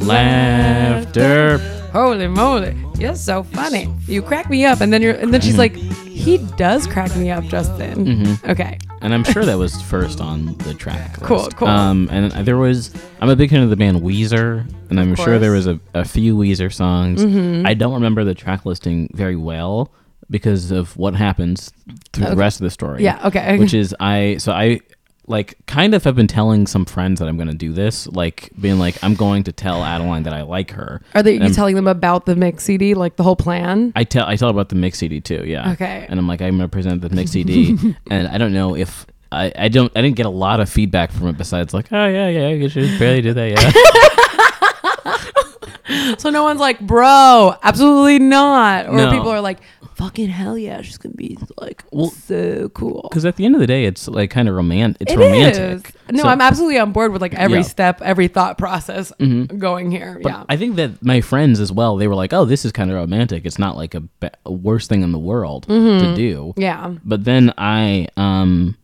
[SPEAKER 2] laughter.
[SPEAKER 1] Holy moly, you're so funny. You crack me up, and then you're, and then she's like, "He does crack me up, Justin."
[SPEAKER 2] Mm-hmm.
[SPEAKER 1] Okay,
[SPEAKER 2] And I'm sure that was first on the track. List.
[SPEAKER 1] Cool, cool.
[SPEAKER 2] Um, and there was. I'm a big fan of the band Weezer, and I'm sure
[SPEAKER 1] course. Mm-hmm.
[SPEAKER 2] there was a, a few Weezer songs. I don't remember the track listing very well because of what happens through the rest of the story.
[SPEAKER 1] Yeah, okay.
[SPEAKER 2] Which is I so I like kind of have been telling some friends that I'm going to do this, like being like I'm going to tell Adeline that I like her.
[SPEAKER 1] are they
[SPEAKER 2] And
[SPEAKER 1] you
[SPEAKER 2] I'm-
[SPEAKER 1] telling them about the mix CD, like the whole plan?
[SPEAKER 2] I tell I tell about the mix CD too. Yeah.
[SPEAKER 1] Okay.
[SPEAKER 2] And I'm like I'm going to present the mix CD, and I don't know if. I, I don't I didn't get a lot of feedback from it besides like oh yeah yeah you should barely do that yeah
[SPEAKER 1] So no one's like, "Bro, absolutely not," or
[SPEAKER 2] No.
[SPEAKER 1] people are like, "Fucking hell yeah, she's gonna be like so cool."
[SPEAKER 2] because at the end of the day it's like kind of romantic it's
[SPEAKER 1] It
[SPEAKER 2] romantic
[SPEAKER 1] is. No,
[SPEAKER 2] So-
[SPEAKER 1] I'm absolutely on board with like every
[SPEAKER 2] Yeah. Mm-hmm.
[SPEAKER 1] step, every thought process going here.
[SPEAKER 2] But
[SPEAKER 1] yeah.
[SPEAKER 2] I think that my friends as well, they were like, "Oh, this is kind of romantic. It's not like a, ba- a worst thing in the world
[SPEAKER 1] Mm-hmm.
[SPEAKER 2] to do."
[SPEAKER 1] yeah.
[SPEAKER 2] But then I, um,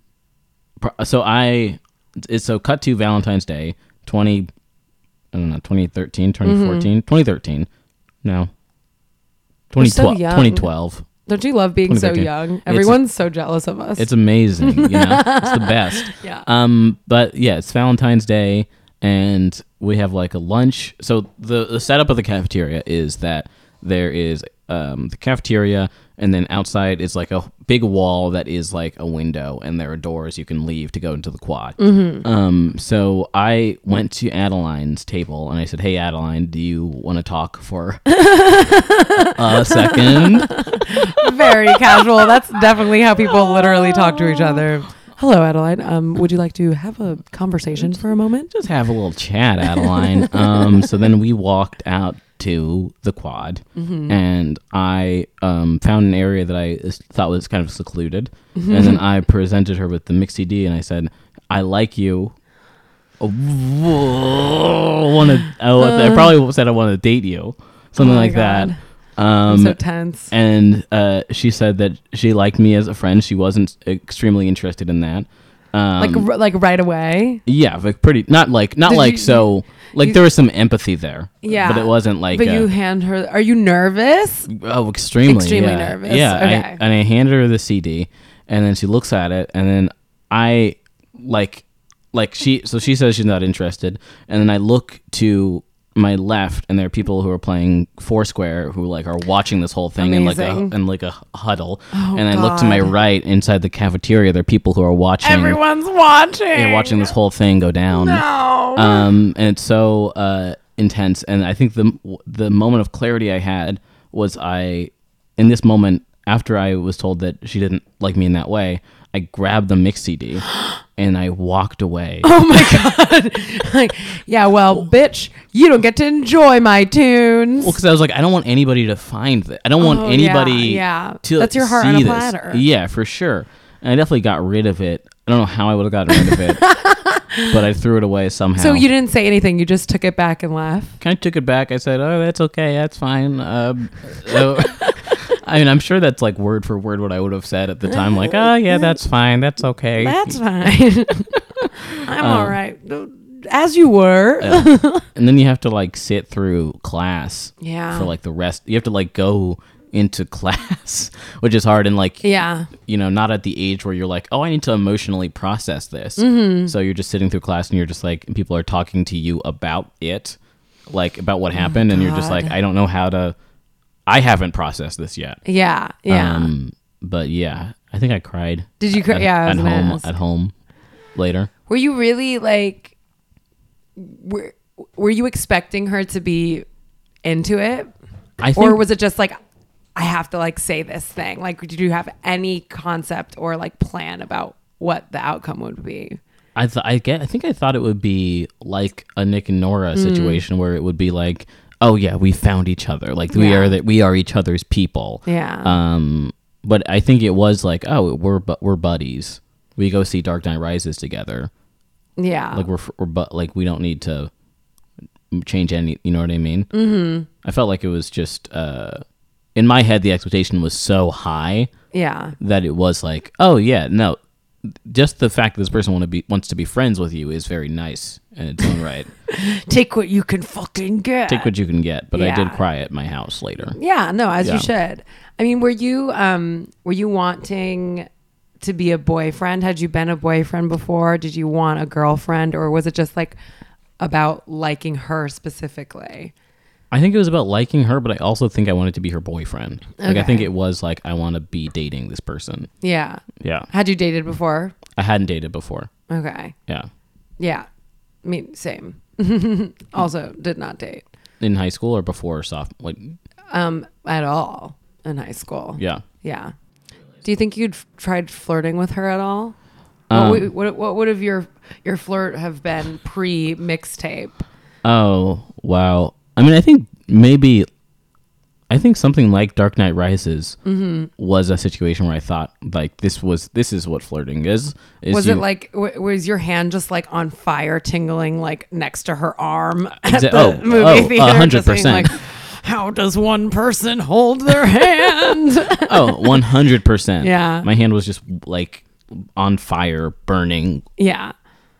[SPEAKER 2] pr- so I, it's so cut to Valentine's Day, twenty, I don't know, 2013,
[SPEAKER 1] Mm-hmm.
[SPEAKER 2] 2014, 2013, no,
[SPEAKER 1] so
[SPEAKER 2] 2012,
[SPEAKER 1] young.
[SPEAKER 2] 2012.
[SPEAKER 1] Don't you love being so
[SPEAKER 2] 2013.
[SPEAKER 1] young?
[SPEAKER 2] It's-
[SPEAKER 1] Everyone's so jealous of us.
[SPEAKER 2] It's amazing, you know, it's the best.
[SPEAKER 1] yeah.
[SPEAKER 2] Um, but yeah, it's Valentine's Day, and we have like a lunch. So the the setup of the cafeteria is that there is um the cafeteria, and then outside is like a big wall that is like a window, and there are doors you can leave to go into the quad. Um, so I went to Adeline's table and I said, "Hey, Adeline, do you want to talk for a second?
[SPEAKER 1] Very casual. That's definitely how people literally talk to each other. Hello, Adeline. Um, would you like to have a conversation for a moment?
[SPEAKER 2] Just have a little chat, Adeline." um, so then we walked out to the quad,
[SPEAKER 1] Mm-hmm.
[SPEAKER 2] and I um, found an area that I s- thought was kind of secluded,
[SPEAKER 1] Mm-hmm.
[SPEAKER 2] and then I presented her with the mix CD, and I said, "I like you." want to? I, I probably said I want to date you, something
[SPEAKER 1] Uh. Oh my
[SPEAKER 2] like
[SPEAKER 1] God.
[SPEAKER 2] that. Um,
[SPEAKER 1] I'm so tense.
[SPEAKER 2] and uh, she said that she liked me as a friend. She wasn't extremely interested in that. Um,
[SPEAKER 1] Like r- like right away.
[SPEAKER 2] yeah, like pretty not like not
[SPEAKER 1] Did
[SPEAKER 2] like
[SPEAKER 1] you-
[SPEAKER 2] so like
[SPEAKER 1] you-
[SPEAKER 2] there was some empathy there.
[SPEAKER 1] Yeah.
[SPEAKER 2] but it wasn't like
[SPEAKER 1] but
[SPEAKER 2] uh,
[SPEAKER 1] you hand her. Are you nervous?
[SPEAKER 2] oh extremely
[SPEAKER 1] Extremely
[SPEAKER 2] yeah.
[SPEAKER 1] nervous.
[SPEAKER 2] Yeah, I-
[SPEAKER 1] Okay.
[SPEAKER 2] and I handed her the CD, and then she looks at it, and then I like like she so she says she's not interested, and then I look to my left and there are people who are playing foursquare who like are watching this whole thing in like
[SPEAKER 1] Amazing. Oh,
[SPEAKER 2] a in like a huddle and i look to my
[SPEAKER 1] God.
[SPEAKER 2] right inside the cafeteria there are people who are watching
[SPEAKER 1] Everyone's watching.
[SPEAKER 2] yeah, watching this whole thing go down
[SPEAKER 1] No.
[SPEAKER 2] um, and it's so uh, intense. And I think the the moment of clarity I had was I, in this moment after I was told that she didn't like me in that way, I grabbed the mix CD and I walked away.
[SPEAKER 1] Oh my god. like, yeah, well, bitch, you don't get to enjoy my tunes.
[SPEAKER 2] Well, because I was like, I don't want anybody to find that. I don't want
[SPEAKER 1] Oh, yeah,
[SPEAKER 2] anybody.
[SPEAKER 1] yeah.
[SPEAKER 2] to
[SPEAKER 1] That's your heart
[SPEAKER 2] see
[SPEAKER 1] on a
[SPEAKER 2] this.
[SPEAKER 1] platter.
[SPEAKER 2] Yeah, for sure. And I definitely got rid of it. I don't know how I would have gotten rid of it, but I threw it away somehow.
[SPEAKER 1] so you didn't say anything, you just took it back and left.
[SPEAKER 2] kind of took it back. I said, "Oh, that's okay. That's fine." Um, so- I mean, I'm sure that's like word for word what I would have said at the time. Like, "Oh, yeah, that's fine. That's okay."
[SPEAKER 1] That's fine. I'm
[SPEAKER 2] Um,
[SPEAKER 1] all right. As you were.
[SPEAKER 2] and then you have to like sit through class.
[SPEAKER 1] Yeah.
[SPEAKER 2] For like the rest, you have to like go into class, which is hard and like
[SPEAKER 1] yeah.
[SPEAKER 2] you know not at the age where you're like, "Oh, I need to emotionally process this."
[SPEAKER 1] Mm-hmm.
[SPEAKER 2] So you're just sitting through class and you're just like people are talking to you about it, like about what happened, and you're just
[SPEAKER 1] Oh God.
[SPEAKER 2] like, "I don't know how to." I haven't processed this yet.
[SPEAKER 1] Yeah. Yeah.
[SPEAKER 2] Um, but yeah, I think I cried.
[SPEAKER 1] Did you cry?
[SPEAKER 2] At,
[SPEAKER 1] yeah. I
[SPEAKER 2] at
[SPEAKER 1] was gonna
[SPEAKER 2] home.
[SPEAKER 1] ask.
[SPEAKER 2] At home. Later.
[SPEAKER 1] Were you really like were were you expecting her to be into it?
[SPEAKER 2] I think.
[SPEAKER 1] Or was it just like I have to like say this thing? Like did you have any concept or like plan about what the outcome would be?
[SPEAKER 2] I th- I get. I think I thought it would be like a Nick and Nora
[SPEAKER 1] Hmm.
[SPEAKER 2] situation where it would be like, oh yeah, we found each other. Like we
[SPEAKER 1] Yeah.
[SPEAKER 2] are that we are each other's people.
[SPEAKER 1] Yeah.
[SPEAKER 2] Um. But I think it was like, oh, we're bu- we're buddies. We go see Dark Knight Rises together.
[SPEAKER 1] yeah.
[SPEAKER 2] Like we're f- we're but like we don't need to change any. You know what I mean? Mm-hmm. I felt like it was just. uh in my head, the expectation was so high
[SPEAKER 1] yeah.
[SPEAKER 2] that it was like, oh yeah, no, just the fact that this person want to be wants to be friends with you is very nice in its own right.
[SPEAKER 1] Take what you can fucking get.
[SPEAKER 2] Take what you can get, but I did
[SPEAKER 1] Yeah.
[SPEAKER 2] cry at my house later.
[SPEAKER 1] Yeah, no, as
[SPEAKER 2] Yeah.
[SPEAKER 1] you should. I mean, were you um were you wanting to be a boyfriend? Had you been a boyfriend before? Did you want a girlfriend or was it just like about liking her specifically?
[SPEAKER 2] I think it was about liking her, but I also think I wanted to be her boyfriend. Like I think it was like I want to be dating this person.
[SPEAKER 1] Yeah.
[SPEAKER 2] Yeah,
[SPEAKER 1] Had you dated before?
[SPEAKER 2] I hadn't dated before.
[SPEAKER 1] Okay.
[SPEAKER 2] Yeah,
[SPEAKER 1] Yeah. I mean, same. also did not date
[SPEAKER 2] in high school or before soft. Like
[SPEAKER 1] um at all in high school.
[SPEAKER 2] yeah,
[SPEAKER 1] Yeah. Do you think you'd f- tried flirting with her at all?
[SPEAKER 2] Um,
[SPEAKER 1] what, would, what, what would have your your flirt have been pre mixtape?
[SPEAKER 2] Oh wow! I mean, I think maybe, I think something like Dark Knight Rises
[SPEAKER 1] Mm-hmm.
[SPEAKER 2] was a situation where I thought like this was this is what flirting is. is
[SPEAKER 1] Was
[SPEAKER 2] you-
[SPEAKER 1] it like w- was your hand just like on fire, tingling like next to her arm at
[SPEAKER 2] Exa-
[SPEAKER 1] the
[SPEAKER 2] oh,
[SPEAKER 1] movie
[SPEAKER 2] oh,
[SPEAKER 1] theater? just
[SPEAKER 2] 100%.
[SPEAKER 1] being like, How does one person hold their hand?
[SPEAKER 2] oh, one hundred percent?
[SPEAKER 1] Yeah.
[SPEAKER 2] my hand was just like on fire, burning
[SPEAKER 1] yeah,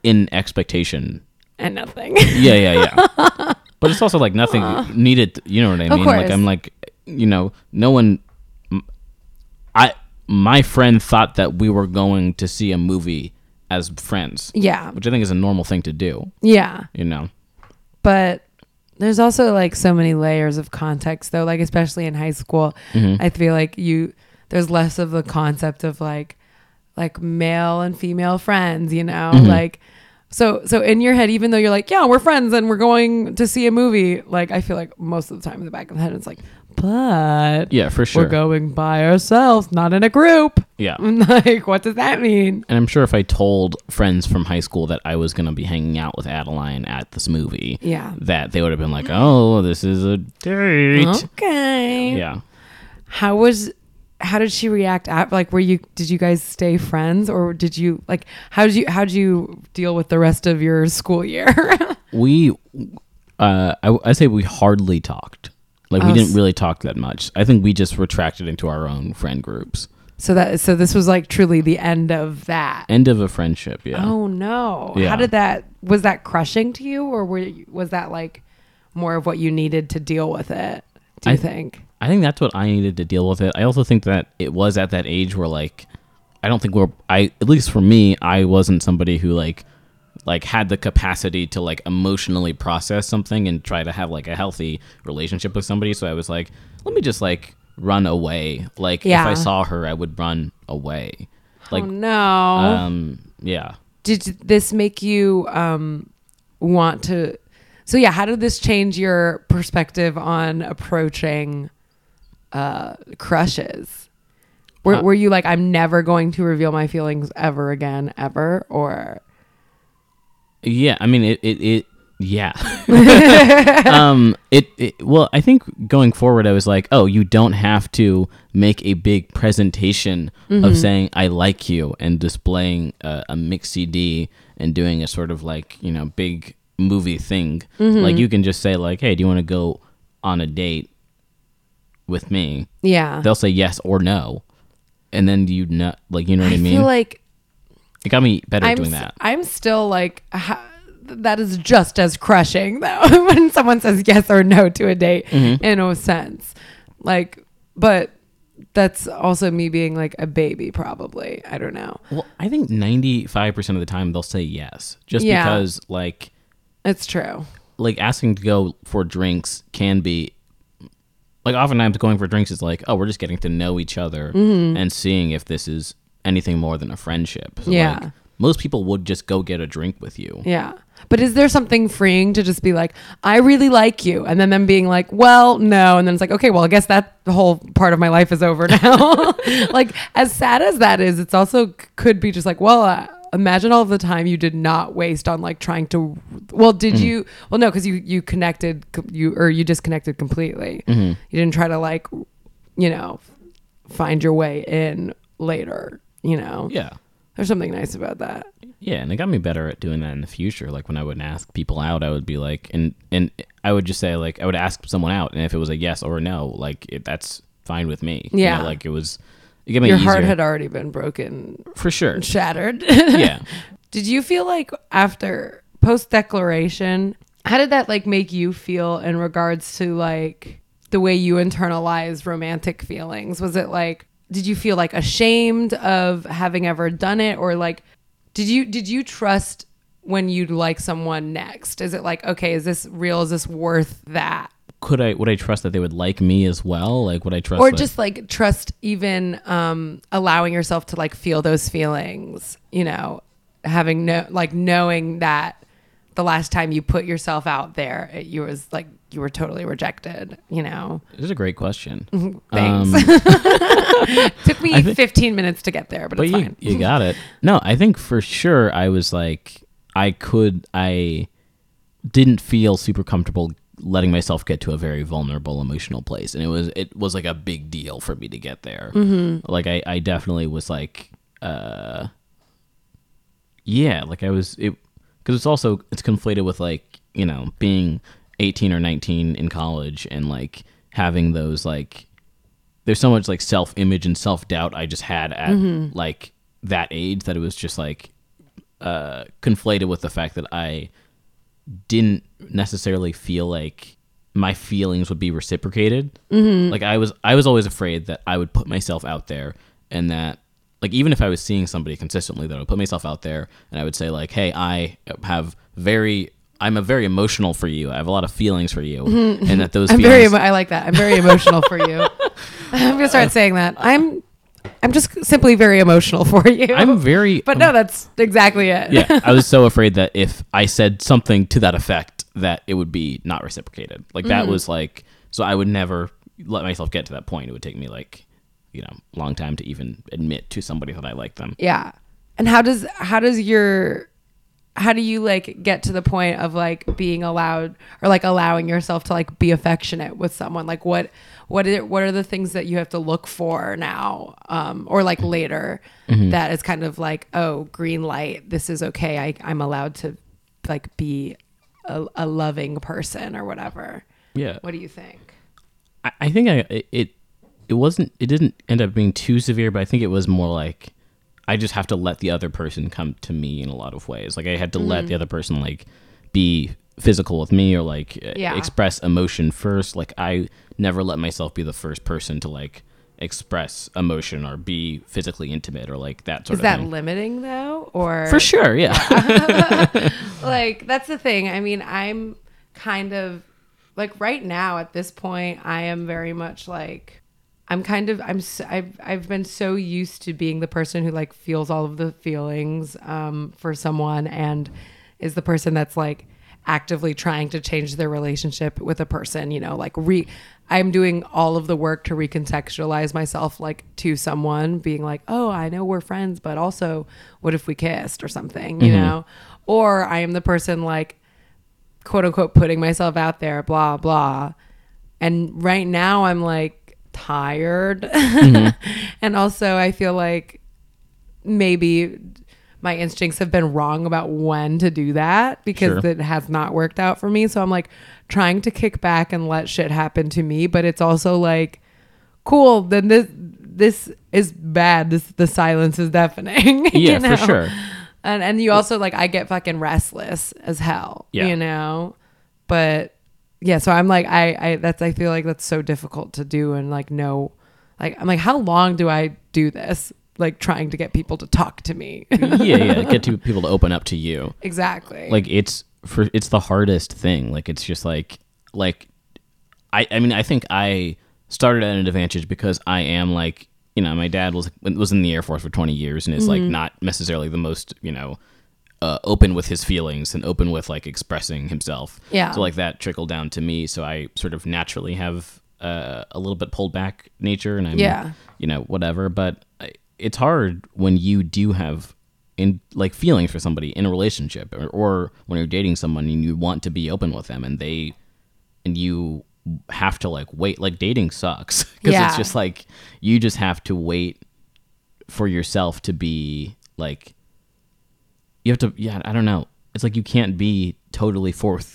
[SPEAKER 2] in expectation.
[SPEAKER 1] and nothing.
[SPEAKER 2] Yeah, yeah, yeah. but it's also like nothing needed. You know what I mean? Like
[SPEAKER 1] course.
[SPEAKER 2] I'm like, you know, no one. I my friend thought that we were going to see a movie as friends.
[SPEAKER 1] yeah,
[SPEAKER 2] which I think is a normal thing to do.
[SPEAKER 1] yeah.
[SPEAKER 2] You know,
[SPEAKER 1] but there's
[SPEAKER 2] Mm-hmm.
[SPEAKER 1] also like so many layers of context though like especially in high school i feel like you there's less of the concept of like like male and female friends, you know,
[SPEAKER 2] Mm-hmm.
[SPEAKER 1] like so so in your head, even though you're like, yeah, we're friends and we're going to see a movie, like I feel like most of the time in the back of the head, it's like, but
[SPEAKER 2] Yeah, for sure.
[SPEAKER 1] we're going by ourselves, not in a group.
[SPEAKER 2] yeah.
[SPEAKER 1] like, what does that mean?
[SPEAKER 2] And I'm sure if I told friends from high school that I was going to be hanging out with Adeline at this movie,
[SPEAKER 1] Yeah. Mm-hmm.
[SPEAKER 2] that they would have been like, "Oh, this is a date."
[SPEAKER 1] Uh-huh. Okay.
[SPEAKER 2] Yeah.
[SPEAKER 1] How was how did she react at like were you did you guys stay friends or did you like how did you how did you deal with the rest of your school year?
[SPEAKER 2] we uh I, I say we hardly talked like we
[SPEAKER 1] Us.
[SPEAKER 2] didn't really talk that much i think we just retracted into our own friend groups
[SPEAKER 1] so that so this was like truly the end of that.
[SPEAKER 2] end of a friendship yeah
[SPEAKER 1] Oh no.
[SPEAKER 2] Yeah.
[SPEAKER 1] How did that was that crushing to you or were you, was that like more of what you needed to deal with it? Do you
[SPEAKER 2] I-
[SPEAKER 1] think?
[SPEAKER 2] i think that's what i needed to deal with it i also think that it was at that age where like i don't think we're i at least for me i wasn't somebody who like like had the capacity to like emotionally process something and try to have like a healthy relationship with somebody so i was like let me just like run away like if
[SPEAKER 1] Yeah.
[SPEAKER 2] i saw her i would run away like
[SPEAKER 1] oh no.
[SPEAKER 2] um yeah
[SPEAKER 1] did this make you um want to so yeah how did this change your perspective on approaching uh crushes were,
[SPEAKER 2] Uh,
[SPEAKER 1] were you like i'm never going to reveal my feelings ever again ever or
[SPEAKER 2] Yeah, I mean it. It. it yeah. um. It, it. Well, I think going forward, I was like, oh, you don't have to make a big presentation
[SPEAKER 1] Mm-hmm.
[SPEAKER 2] of saying I like you and displaying a, a mix CD and doing a sort of like you know big movie thing. Like
[SPEAKER 1] Mm-hmm.
[SPEAKER 2] you can just say like, hey, do you want to go on a date with me?
[SPEAKER 1] yeah
[SPEAKER 2] They'll say yes or no, and then you know, like you know what I,
[SPEAKER 1] i
[SPEAKER 2] mean.
[SPEAKER 1] feel like
[SPEAKER 2] it got me better at
[SPEAKER 1] i'm
[SPEAKER 2] doing
[SPEAKER 1] s-
[SPEAKER 2] that.
[SPEAKER 1] i'm still like ha- that is just as crushing though when someone says yes or no to a date
[SPEAKER 2] Mm-hmm.
[SPEAKER 1] in a sense like but that's also me being like a baby probably i don't know
[SPEAKER 2] Well, I think 95% of the time they'll say yes just
[SPEAKER 1] Yeah.
[SPEAKER 2] because like
[SPEAKER 1] It's true.
[SPEAKER 2] like asking to go for drinks can be like oftentimes going for drinks is like, oh, we're just getting to know each other
[SPEAKER 1] Mm-hmm.
[SPEAKER 2] and seeing if this is anything more than a friendship. So
[SPEAKER 1] Yeah.
[SPEAKER 2] like most people would just go get a drink with you.
[SPEAKER 1] Yeah. But is there something freeing to just be like, I really like you? And then them being like, well, no. And then it's like, okay, well, I guess that whole part of my life is over now. like, as sad as that is, it's also c- could be just like, well, uh, imagine all the time you did not waste on like trying to, well, did
[SPEAKER 2] Mm-hmm.
[SPEAKER 1] you, well, no, because you, you connected, co- you, or you disconnected completely.
[SPEAKER 2] Mm-hmm.
[SPEAKER 1] You didn't try to like, you know, find your way in later, you know?
[SPEAKER 2] Yeah.
[SPEAKER 1] There's something nice about that.
[SPEAKER 2] Yeah, and it got me better at doing that in the future. Like when I would ask people out, I would be like, and and I would just say like I would ask someone out, and if it was a yes or a no, like it, that's fine with me. You know,
[SPEAKER 1] Yeah.
[SPEAKER 2] like it was. It got me
[SPEAKER 1] Your
[SPEAKER 2] easier.
[SPEAKER 1] heart had already been broken
[SPEAKER 2] for sure.
[SPEAKER 1] shattered.
[SPEAKER 2] yeah.
[SPEAKER 1] did you feel like after post declaration, how did that like make you feel in regards to like the way you internalize romantic feelings? Was it like did you feel like ashamed of having ever done it or like did you did you trust when you'd like someone next? Is it like okay, is this real? Is this worth that?
[SPEAKER 2] Could I would I trust that they would like me as well? Like would I trust
[SPEAKER 1] or
[SPEAKER 2] like-
[SPEAKER 1] just like trust even um allowing yourself to like feel those feelings you know having no like knowing that the last time you put yourself out there it, you was like you were totally rejected you know
[SPEAKER 2] This is a great question.
[SPEAKER 1] Mm-hmm. thanks
[SPEAKER 2] Um,
[SPEAKER 1] took me 15 minutes to get there but,
[SPEAKER 2] but
[SPEAKER 1] it's
[SPEAKER 2] you,
[SPEAKER 1] fine
[SPEAKER 2] you got it. No, I think for sure I was like I could I didn't feel super comfortable letting myself get to a very vulnerable emotional place and it was it was like a big deal for me to get there
[SPEAKER 1] Mm-hmm.
[SPEAKER 2] like I, I definitely was like uh yeah like i was it because it's also it's conflated with like you know being 18 or 19 in college and like having those like there's so much like self-image and self-doubt i just had at
[SPEAKER 1] Mm-hmm.
[SPEAKER 2] like that age that it was just like uh conflated with the fact that i didn't necessarily feel like my feelings would be reciprocated.
[SPEAKER 1] Mm-hmm.
[SPEAKER 2] Like I was, I was always afraid that I would put myself out there, and that, like, even if I was seeing somebody consistently, that I would put myself out there, and I would say like, "Hey, I have very, I'm a very emotional for you. I have a lot of feelings for you, and that those
[SPEAKER 1] Mm-hmm. i'm
[SPEAKER 2] feelings,
[SPEAKER 1] very emo- i like that i'm very emotional for you i'm gonna start saying that i'm I'm just simply very emotional for you.
[SPEAKER 2] I'm very.
[SPEAKER 1] but no, that's exactly it.
[SPEAKER 2] yeah, I was so afraid that if I said something to that effect, that it would be not reciprocated. Like that was like, so I would never let myself get to that point. It would take me like, you know, a long time to even admit to somebody that I like them.
[SPEAKER 1] Yeah. And how does how does your how do you like get to the point of like being allowed or like allowing yourself to like be affectionate with someone? Like what what are, what are the things that you have to look for now um or like later that is kind of like oh green light this is okay I I'm allowed to like be a, a loving person or whatever.
[SPEAKER 2] Yeah,
[SPEAKER 1] What do you think?
[SPEAKER 2] I, I think I it it wasn't it didn't end up being too severe, but I think it was more like I just have to let the other person come to me in a lot of ways. Like I had to let
[SPEAKER 1] Mm.
[SPEAKER 2] the other person like be physical with me or like uh,
[SPEAKER 1] Yeah.
[SPEAKER 2] express emotion first. Like I never let myself be the first person to like express emotion or be physically intimate or like that sort
[SPEAKER 1] Is
[SPEAKER 2] of
[SPEAKER 1] that
[SPEAKER 2] thing.
[SPEAKER 1] limiting though or
[SPEAKER 2] Mm-hmm. For sure, yeah.
[SPEAKER 1] like that's the thing i mean i'm kind of like right now at this point i am very much like i'm kind of i'm s- i've, I've been so used to being the person who like feels all of the feelings um, for someone and is the person that's like actively trying to change their relationship with a person you know like re i'm doing all of the work to recontextualize myself like to someone being like oh i know we're friends but also what if we kissed or something you know or i am the person like quote unquote putting myself out there blah blah and right now i'm like tired
[SPEAKER 2] Mm-hmm.
[SPEAKER 1] and also i feel like maybe my instincts have been wrong about when to do that because
[SPEAKER 2] Sure.
[SPEAKER 1] it has not worked out for me. So I'm like trying to kick back and let shit happen to me, but it's also like, cool. Then this this is bad. This the silence is deafening. you
[SPEAKER 2] Yeah, for
[SPEAKER 1] know?
[SPEAKER 2] sure.
[SPEAKER 1] And and you also like I get fucking restless as hell.
[SPEAKER 2] Yeah.
[SPEAKER 1] You know, but yeah. So I'm like I I that's I feel like that's so difficult to do and like no, like I'm like how long do I do this? Like trying to get people to talk to me.
[SPEAKER 2] yeah, yeah. Get to people to open up to you.
[SPEAKER 1] exactly.
[SPEAKER 2] like it's for it's the hardest thing like it's just like like i i mean i think i started at an advantage because i am like you know my dad was was in the air force for 20 years and is like not necessarily the most you know uh, open with his feelings and open with like expressing himself
[SPEAKER 1] Yeah.
[SPEAKER 2] so like that trickled down to me so i sort of naturally have uh, a little bit pulled back nature and i'm
[SPEAKER 1] Yeah.
[SPEAKER 2] you know whatever but I- it's hard when you do have in like feelings for somebody in a relationship or, or when you're dating someone and you want to be open with them and they and you have to like wait like dating sucks because
[SPEAKER 1] Yeah.
[SPEAKER 2] it's just like you just have to wait for yourself to be like you have to yeah i don't know it's like you can't be totally forthright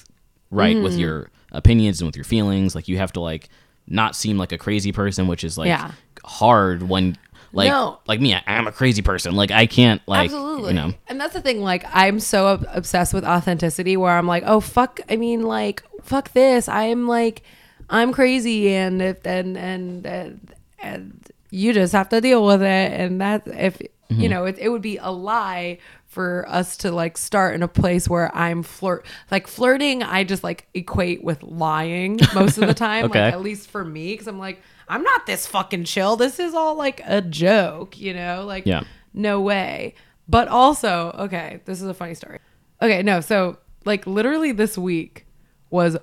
[SPEAKER 1] Mm-hmm.
[SPEAKER 2] with your opinions and with your feelings like you have to like not seem like a crazy person which is like
[SPEAKER 1] Yeah.
[SPEAKER 2] hard when like
[SPEAKER 1] No.
[SPEAKER 2] like me I, i'm a crazy person like i can't like
[SPEAKER 1] Absolutely.
[SPEAKER 2] you know
[SPEAKER 1] And that's the thing. Like, I'm so ob- obsessed with authenticity where I'm like, oh, fuck. I mean, like, fuck this. I'm like, I'm crazy. And if, and, and, and, and you just have to deal with it. And that, if,
[SPEAKER 2] Mm-hmm.
[SPEAKER 1] you know, it, it would be a lie for us to like start in a place where I'm flirt, like flirting, I just like equate with lying most of the time.
[SPEAKER 2] Okay.
[SPEAKER 1] Like, at least for me, because I'm like, I'm not this fucking chill. This is all like a joke, you know? Like,
[SPEAKER 2] Yeah.
[SPEAKER 1] no way. But also, okay, this is a funny story. Okay, no, so like literally this week was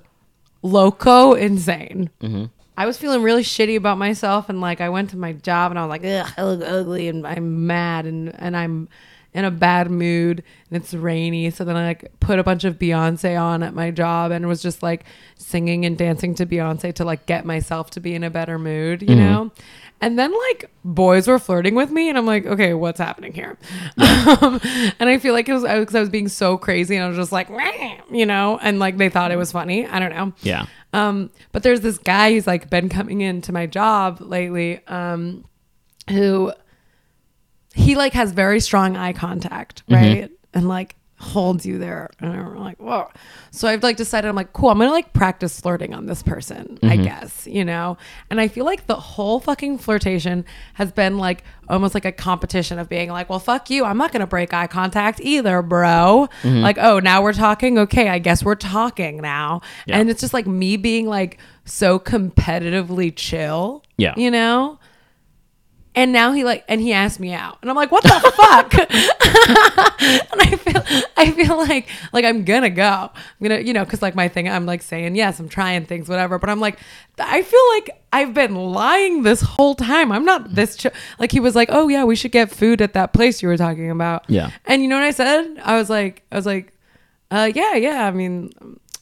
[SPEAKER 1] loco insane. I was feeling really shitty about myself, and like I went to my job, and I was like, Ugh, I look ugly, and I'm mad, and and I'm in a bad mood, and it's rainy. So then I like put a bunch of Beyonce on at my job, and was just like singing and dancing to Beyonce to like get myself to be in a better mood, you know. And then like boys were flirting with me, and I'm like, okay, what's happening here? Um, and I feel like it was because I was being so crazy, and I was just like, "Meh," you know, and like they thought it was funny. I don't know.
[SPEAKER 2] yeah
[SPEAKER 1] Um, but there's this guy who's like been coming into my job lately, um, who he like has very strong eye contact,
[SPEAKER 2] Mm-hmm.
[SPEAKER 1] right? And like holds you there. And I'm like, whoa. So I've like decided I'm like, cool, I'm gonna like practice flirting on this person, I
[SPEAKER 2] Mm-hmm.
[SPEAKER 1] guess, you know? And I feel like the whole fucking flirtation has been like almost like a competition of being like, well, fuck you. I'm not gonna break eye contact either, bro.
[SPEAKER 2] Mm-hmm.
[SPEAKER 1] Like, oh, now we're talking. Okay, I guess we're talking now.
[SPEAKER 2] Yeah.
[SPEAKER 1] And it's just like me being like so competitively chill.
[SPEAKER 2] Yeah.
[SPEAKER 1] You know? And now he like and he asked me out. And I'm like, what the fuck? and I feel I feel like like I'm gonna go. I'm gonna, you know, cause like my thing, I'm like saying yes, I'm trying things, whatever. But I'm like, I feel like I've been lying this whole time. I'm not this ch-. like he was like, Oh yeah, we should get food at that place you were talking about.
[SPEAKER 2] Yeah.
[SPEAKER 1] And you know what I said? I was like, I was like, uh, yeah, yeah. I mean,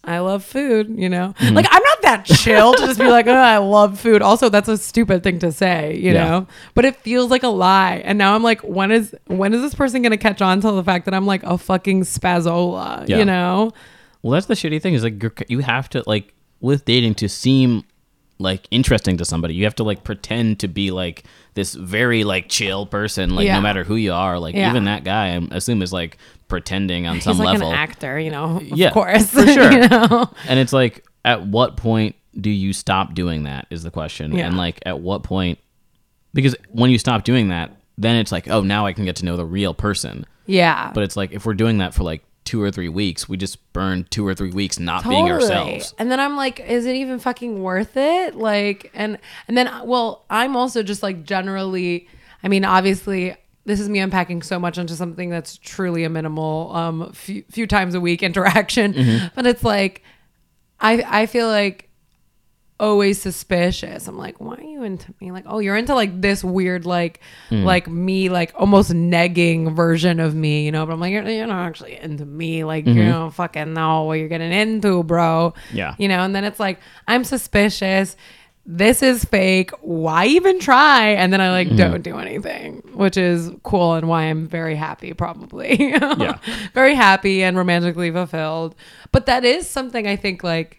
[SPEAKER 1] I love food, you know?
[SPEAKER 2] Mm-hmm.
[SPEAKER 1] Like, I'm not that chill to just be like, oh, I love food. Also, that's a stupid thing to say, you
[SPEAKER 2] Yeah.
[SPEAKER 1] know? But it feels like a lie. And now I'm like, when is when is this person going to catch on to the fact that I'm like a fucking spazola,
[SPEAKER 2] Yeah.
[SPEAKER 1] you know?
[SPEAKER 2] Well, that's the shitty thing is like you're, you have to like with dating to seem like interesting to somebody. You have to like pretend to be like this very like chill person, like
[SPEAKER 1] Yeah.
[SPEAKER 2] no matter who you are. Like
[SPEAKER 1] Yeah.
[SPEAKER 2] even that guy, I assume is like pretending on some
[SPEAKER 1] He's like
[SPEAKER 2] level.
[SPEAKER 1] an actor, you know? Of
[SPEAKER 2] Yeah,
[SPEAKER 1] course.
[SPEAKER 2] for sure.
[SPEAKER 1] you know?
[SPEAKER 2] and it's like, at what point do you stop doing that? Is the question.
[SPEAKER 1] Yeah.
[SPEAKER 2] And like, at what point? Because when you stop doing that, then it's like, oh, now I can get to know the real person.
[SPEAKER 1] Yeah.
[SPEAKER 2] But it's like if we're doing that for like two or three weeks, we just burn two or three weeks not being ourselves.
[SPEAKER 1] And then I'm like, is it even fucking worth it? Like, and and then well, I'm also just like generally. I mean, obviously, this is me unpacking so much into something that's truly a minimal, um, few, few times a week interaction.
[SPEAKER 2] Mm-hmm.
[SPEAKER 1] But it's like, I I feel like always suspicious. I'm like, why are you into me? Like, oh, you're into like this weird, like, like me, like almost negging version of me, you know? But I'm like, you're, you're not actually into me. Like, you don't fucking know what you're getting into, bro.
[SPEAKER 2] Yeah.
[SPEAKER 1] You know? And then it's like, I'm suspicious. This is fake. Why even try? And then I like don't do anything, which is cool and why I'm very happy, probably.
[SPEAKER 2] Yeah.
[SPEAKER 1] very happy and romantically fulfilled. But that is something I think like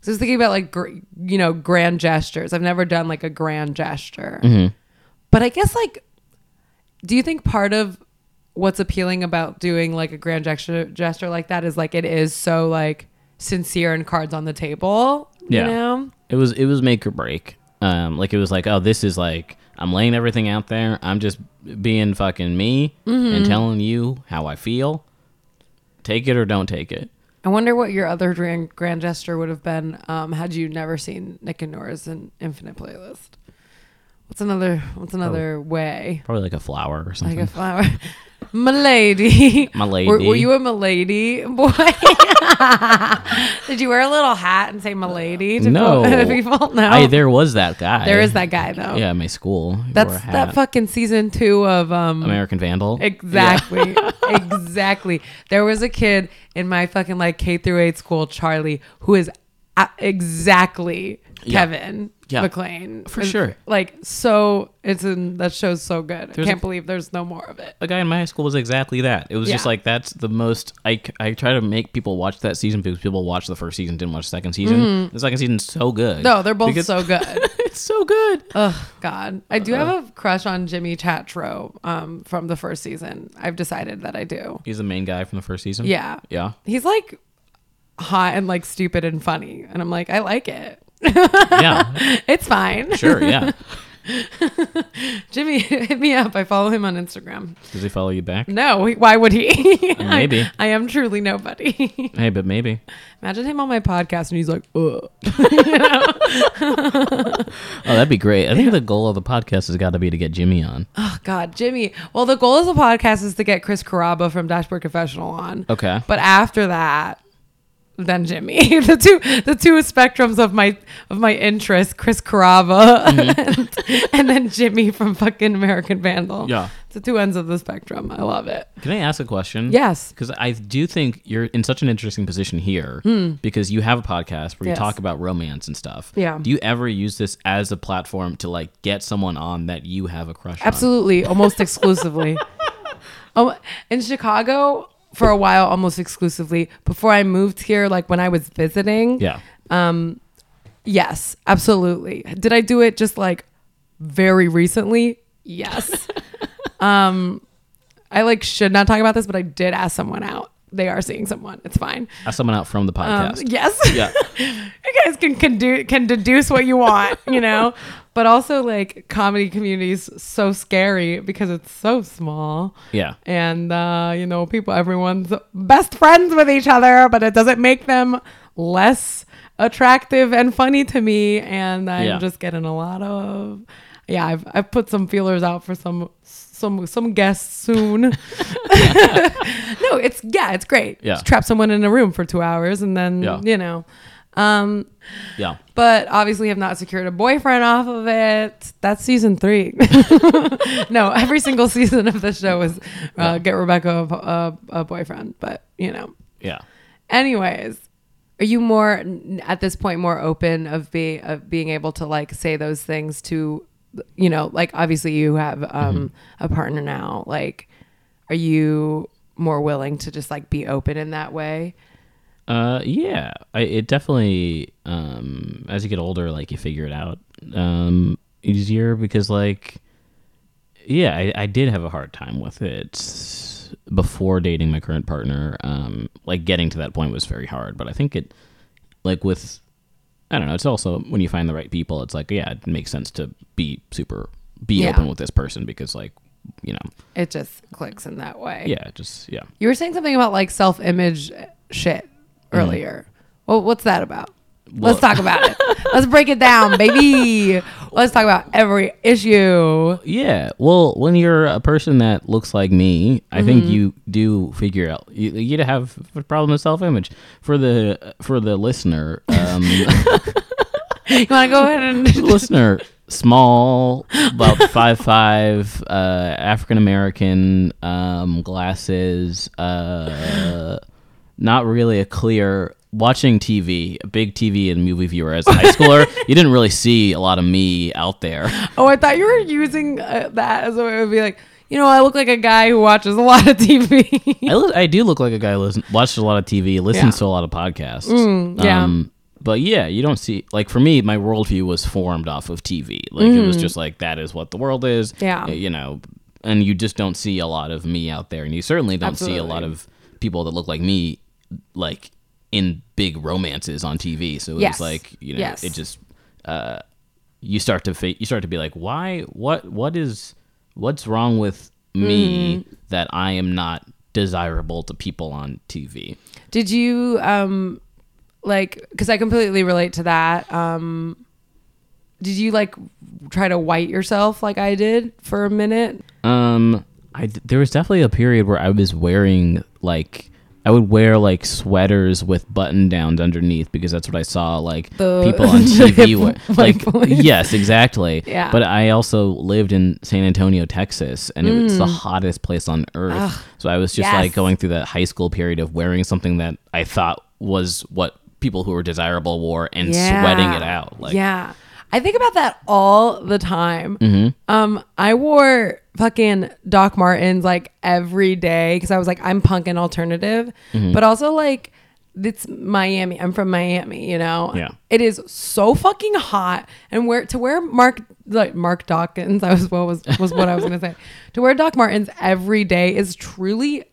[SPEAKER 1] so I was thinking about like gr- you know grand gestures. I've never done like a grand gesture, but I guess like, do you think part of what's appealing about doing like a grand gesture gesture like that is like it is so like sincere and cards on the table.
[SPEAKER 2] Yeah.
[SPEAKER 1] You know?
[SPEAKER 2] It was it was make or break. Um, like it was like, oh, this is like I'm laying everything out there. I'm just being fucking me
[SPEAKER 1] Mm-hmm.
[SPEAKER 2] and telling you how I feel. Take it or don't take it.
[SPEAKER 1] I wonder what your other grand, grand gesture would have been um, had you never seen Nick and Nora's in Infinite Playlist. What's another? What's
[SPEAKER 2] Oh.
[SPEAKER 1] another way?
[SPEAKER 2] Probably like a flower or something.
[SPEAKER 1] Like a flower. Milady.
[SPEAKER 2] Milady.
[SPEAKER 1] Were, were you a Milady boy? Did you wear a little hat and say Milady to
[SPEAKER 2] no,
[SPEAKER 1] po- people? No.
[SPEAKER 2] I, there was that guy.
[SPEAKER 1] there is that guy though.
[SPEAKER 2] Yeah, my school. he wore a
[SPEAKER 1] That's
[SPEAKER 2] hat.
[SPEAKER 1] that fucking season two of um
[SPEAKER 2] American Vandal.
[SPEAKER 1] Exactly. exactly. There was a kid in my fucking like K through 8 school, Charlie, who is a- exactly Kevin
[SPEAKER 2] Yeah.
[SPEAKER 1] McLean.
[SPEAKER 2] For
[SPEAKER 1] It's,
[SPEAKER 2] sure.
[SPEAKER 1] Like so it's in that show's so good. I
[SPEAKER 2] There's
[SPEAKER 1] can't
[SPEAKER 2] a-
[SPEAKER 1] believe there's no more of it.
[SPEAKER 2] a guy in my high school was exactly that. It was just
[SPEAKER 1] Yeah.
[SPEAKER 2] like that's the most I, c- I try to make people watch that season because people watched the first season, didn't watch the second season. The second season's so good.
[SPEAKER 1] Mm-hmm. No, they're both
[SPEAKER 2] Because-
[SPEAKER 1] so good.
[SPEAKER 2] it's so good.
[SPEAKER 1] Ugh, God. I do
[SPEAKER 2] Uh.
[SPEAKER 1] have a crush on Jimmy Tatro um, from the first season. I've decided that I do.
[SPEAKER 2] He's the main guy from the first season.
[SPEAKER 1] Yeah.
[SPEAKER 2] Yeah.
[SPEAKER 1] He's like hot and like stupid and funny. And I'm like, I like it.
[SPEAKER 2] Yeah.
[SPEAKER 1] It's fine.
[SPEAKER 2] sure. Yeah.
[SPEAKER 1] Jimmy, hit me up. I follow him on Instagram.
[SPEAKER 2] Does he follow you back?
[SPEAKER 1] No, he- why would he? I-
[SPEAKER 2] Maybe.
[SPEAKER 1] I, am truly nobody.
[SPEAKER 2] Hey, but maybe.
[SPEAKER 1] Imagine him on my podcast and he's like, ugh.
[SPEAKER 2] Oh, that'd be great. I think the goal of the podcast has got to be to get Jimmy on.
[SPEAKER 1] Oh, God, Jimmy. Well, the goal of the podcast is to get Chris Caraba from Dashboard Confessional on.
[SPEAKER 2] Okay.
[SPEAKER 1] But after that, then Jimmy. the two the two spectrums of my of my interest, Chris Carava
[SPEAKER 2] Mm-hmm.
[SPEAKER 1] and, and then Jimmy from fucking American Vandal.
[SPEAKER 2] Yeah.
[SPEAKER 1] It's the two ends of the spectrum. I love it.
[SPEAKER 2] Can I ask a question?
[SPEAKER 1] Yes.
[SPEAKER 2] Because I do think you're in such an interesting position here because you have a podcast where
[SPEAKER 1] Hmm.
[SPEAKER 2] you
[SPEAKER 1] Yes.
[SPEAKER 2] talk about romance and stuff.
[SPEAKER 1] Yeah.
[SPEAKER 2] Do you ever use this as a platform to like get someone on that you have a crush
[SPEAKER 1] Absolutely, almost exclusively. um, in Chicago for a while, almost exclusively. Before I moved here, like when I was visiting,
[SPEAKER 2] on? Yeah.
[SPEAKER 1] yes, absolutely. Did I do it just like very recently? Yes. um, I like should not talk about this, but I did ask someone out. They are seeing someone. It's fine.
[SPEAKER 2] Ask someone out from the
[SPEAKER 1] Um,
[SPEAKER 2] podcast.
[SPEAKER 1] yes.
[SPEAKER 2] Yeah.
[SPEAKER 1] you guys can can, do, can deduce what you want, you know. but also, like comedy community is so scary because it's so small.
[SPEAKER 2] Yeah.
[SPEAKER 1] and uh, you know people everyone's best friends with each other but it doesn't make them less attractive and funny to me and i'm
[SPEAKER 2] Yeah.
[SPEAKER 1] just getting a lot of yeah, I've I've put some feelers out for some some some guests soon. no, it's yeah, it's great.
[SPEAKER 2] Yeah.
[SPEAKER 1] Just trap someone in a room for two hours and then
[SPEAKER 2] Yeah.
[SPEAKER 1] you know. Um,
[SPEAKER 2] Yeah.
[SPEAKER 1] but obviously have not secured a boyfriend off of it. That's season three. no, every single season of the show was uh,
[SPEAKER 2] Yeah.
[SPEAKER 1] get Rebecca a, a, a boyfriend. But you know,
[SPEAKER 2] Yeah.
[SPEAKER 1] anyways, are you more n- at this point more open of being of being able to like say those things to, you know, like obviously you have um, a partner now. Like, are you more willing to just like be open in that way?
[SPEAKER 2] Uh, yeah, I, it definitely. Um, as you get older, like you figure it out um, easier because, like, yeah, I, I did have a hard time with it before dating my current partner. Um, like getting to that point was very hard, but I think it, like, with I don't know. It's also when you find the right people, it's like, yeah, it makes sense to be super be
[SPEAKER 1] Yeah.
[SPEAKER 2] open with this person because, like, you know,
[SPEAKER 1] It just clicks in that way.
[SPEAKER 2] yeah, just yeah.
[SPEAKER 1] You were saying something about like self image shit earlier. Well, what's that about? Let's talk about it. Let's break it down, baby. Let's talk about every issue.
[SPEAKER 2] Yeah. Well, when you're a person that looks like me, I think you do figure out you, you have a problem with self-image. For the for the listener, um,
[SPEAKER 1] You want to go ahead and
[SPEAKER 2] listener, small, about five five, uh, African American, um, glasses, uh, not really a clear. Watching TV, a big TV and movie viewer as a high schooler, you didn't really see a lot of me out there.
[SPEAKER 1] Oh, I thought you were using uh, that as a way to be like, you know, I look like a guy who watches a lot of TV.
[SPEAKER 2] I, li- I do look like a guy who listen- watched a lot of TV, listens to a lot of podcasts.
[SPEAKER 1] Mm,
[SPEAKER 2] Um,
[SPEAKER 1] yeah.
[SPEAKER 2] but yeah, you don't see like for me, my worldview was formed off of TV. Like it was just like that is what the world is.
[SPEAKER 1] Mm. Yeah.
[SPEAKER 2] y- you know, and you just don't see a lot of me out there, and you certainly don't see a lot
[SPEAKER 1] Absolutely.
[SPEAKER 2] of people that look like me, like in big romances on TV. So it
[SPEAKER 1] Yes.
[SPEAKER 2] was like you know,
[SPEAKER 1] Yes.
[SPEAKER 2] it just uh, you start to fa- you start to be like why what what is what's wrong with me
[SPEAKER 1] Mm-hmm.
[SPEAKER 2] that i am not desirable to people on tv
[SPEAKER 1] Did you um like cuz I completely relate to that. Um did you like try to white yourself like I did for a minute?
[SPEAKER 2] um i there was definitely a period where i was wearing like i would wear like sweaters with button downs underneath because that's what i saw like
[SPEAKER 1] The-
[SPEAKER 2] people on tv wear.
[SPEAKER 1] white
[SPEAKER 2] like
[SPEAKER 1] boys.
[SPEAKER 2] yes exactly
[SPEAKER 1] Yeah.
[SPEAKER 2] but i also lived in san antonio texas and it was the hottest place on earth so i was just
[SPEAKER 1] Mm. Yes.
[SPEAKER 2] like going going through that high school period of wearing something that I thought was what people who were desirable wore and sweating it out. Like,
[SPEAKER 1] yeah. I think about that all the time.
[SPEAKER 2] Mm-hmm.
[SPEAKER 1] Um, I wore fucking Doc Martens like every day because I was like, I'm punk and alternative,
[SPEAKER 2] Mm-hmm.
[SPEAKER 1] but also like, it's Miami. I'm from Miami, you know.
[SPEAKER 2] Yeah.
[SPEAKER 1] It is so fucking hot, and where to wear Mark like Mark Dawkins. I was what was was what I was gonna say. To wear Doc Martens every day is truly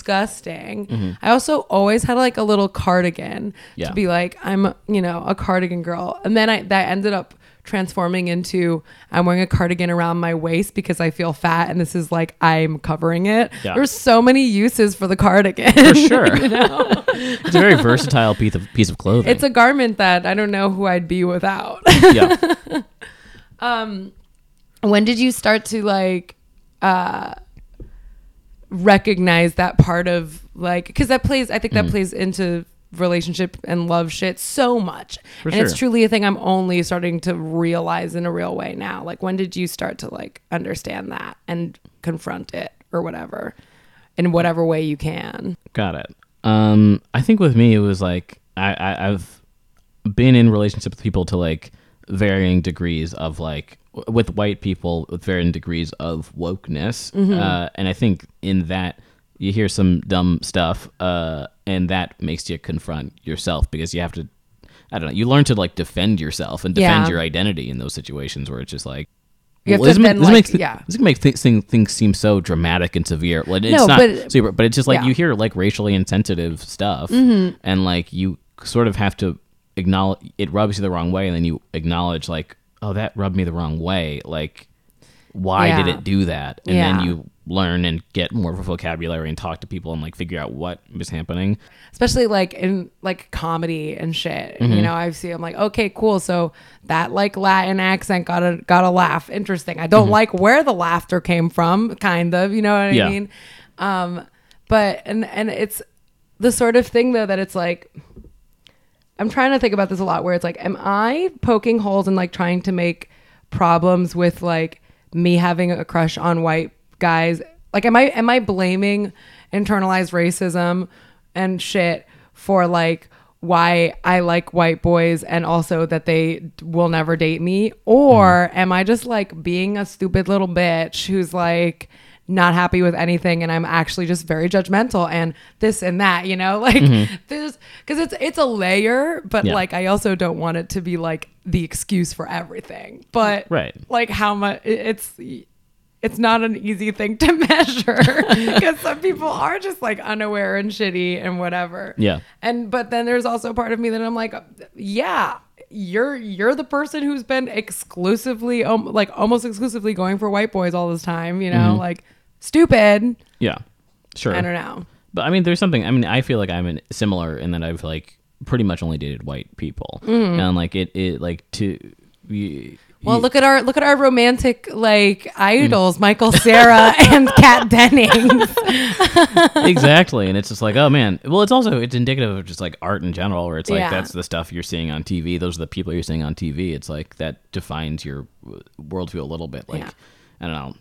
[SPEAKER 1] disgusting. I also always had like a little cardigan
[SPEAKER 2] Mm-hmm. Yeah.
[SPEAKER 1] to be like I'm you know a cardigan girl, and then I that ended up transforming into I'm wearing a cardigan around my waist because I feel fat, and this is like I'm covering it.
[SPEAKER 2] Yeah.
[SPEAKER 1] There's so many uses for the cardigan.
[SPEAKER 2] for sure. it's a very versatile piece of piece of clothing.
[SPEAKER 1] It's a garment that I don't know who I'd be without.
[SPEAKER 2] yeah.
[SPEAKER 1] when did you start to like uh recognize that part of like because that plays i think
[SPEAKER 2] Mm.
[SPEAKER 1] that plays into relationship and love shit so much
[SPEAKER 2] For
[SPEAKER 1] and it's
[SPEAKER 2] sure.
[SPEAKER 1] truly a thing i'm only starting to realize in a real way now like when did you start to like understand that and confront it or whatever in whatever way you can
[SPEAKER 2] Got it. Um, I think with me, it was like I, I I've been in relationships with people to like varying degrees of like w- with white people with varying degrees of wokeness,
[SPEAKER 1] Mm-hmm.
[SPEAKER 2] uh, and I think in that you hear some dumb stuff, uh, and that makes you confront yourself because you have to. I don't know. You learn to like defend yourself and defend
[SPEAKER 1] Yeah.
[SPEAKER 2] your identity in those situations where it's just like.
[SPEAKER 1] You have to
[SPEAKER 2] this, ma-
[SPEAKER 1] defend,
[SPEAKER 2] this
[SPEAKER 1] like,
[SPEAKER 2] makes thi-
[SPEAKER 1] yeah.
[SPEAKER 2] this makes th- thing, things seem so dramatic and severe. Like, it's
[SPEAKER 1] No,
[SPEAKER 2] not
[SPEAKER 1] but-
[SPEAKER 2] super, but it's just like
[SPEAKER 1] Yeah. Mm-hmm.
[SPEAKER 2] you hear like racially insensitive stuff, and like you sort of have to acknowledge it rubs you the wrong way, and then you acknowledge like, oh, that rubbed me the wrong way. Like, why did
[SPEAKER 1] Yeah.
[SPEAKER 2] it do that? And
[SPEAKER 1] Yeah.
[SPEAKER 2] then you learn and get more of a vocabulary and talk to people and like figure out what was happening.
[SPEAKER 1] especially like in like comedy and shit. You know, I see. I'm like, okay, cool. So that like Latin accent got a got a laugh. Interesting. I don't like where the laughter came from. Kind of, you know what
[SPEAKER 2] Yeah.
[SPEAKER 1] I mean? Um, but and and it's the sort of thing though that it's like. I'm trying to think about this a lot where it's like, am I poking holes and like trying to make problems with like me having a crush on white guys? Like, am I am I blaming internalized racism and shit for like why I like white boys and also that they d- will never date me? Or am I just like being a stupid little bitch who's like not happy with anything and I'm actually just very judgmental and this and that, you know? Like there's cuz it's it's a layer, but
[SPEAKER 2] Mm-hmm. Yeah.
[SPEAKER 1] like I also don't want it to be like the excuse for everything. But
[SPEAKER 2] Right.
[SPEAKER 1] like how much it's it's not an easy thing to measure because some people are just like unaware and shitty and whatever.
[SPEAKER 2] Yeah.
[SPEAKER 1] And but then there's also a part of me that I'm like, yeah, you're you're the person who's been exclusively um, like almost exclusively going for white boys all this time, you know,
[SPEAKER 2] Mm-hmm.
[SPEAKER 1] like stupid.
[SPEAKER 2] Yeah. Sure.
[SPEAKER 1] I don't know.
[SPEAKER 2] But I mean, there's something. I mean, I feel like I'm in, similar in that I've like pretty much only dated white people,
[SPEAKER 1] Mm-hmm.
[SPEAKER 2] and like it, it like to. You,
[SPEAKER 1] Well, look at our look at our romantic
[SPEAKER 2] Mm.
[SPEAKER 1] like idols, Michael Sarah and Kat Dennings.
[SPEAKER 2] exactly, and it's just like, oh man. Well, it's also it's indicative of just like art in general, where it's like
[SPEAKER 1] Yeah.
[SPEAKER 2] that's the stuff you're seeing on TV. Those are the people you're seeing on TV. It's like that defines your w- worldview a little bit. Like,
[SPEAKER 1] Yeah.
[SPEAKER 2] I don't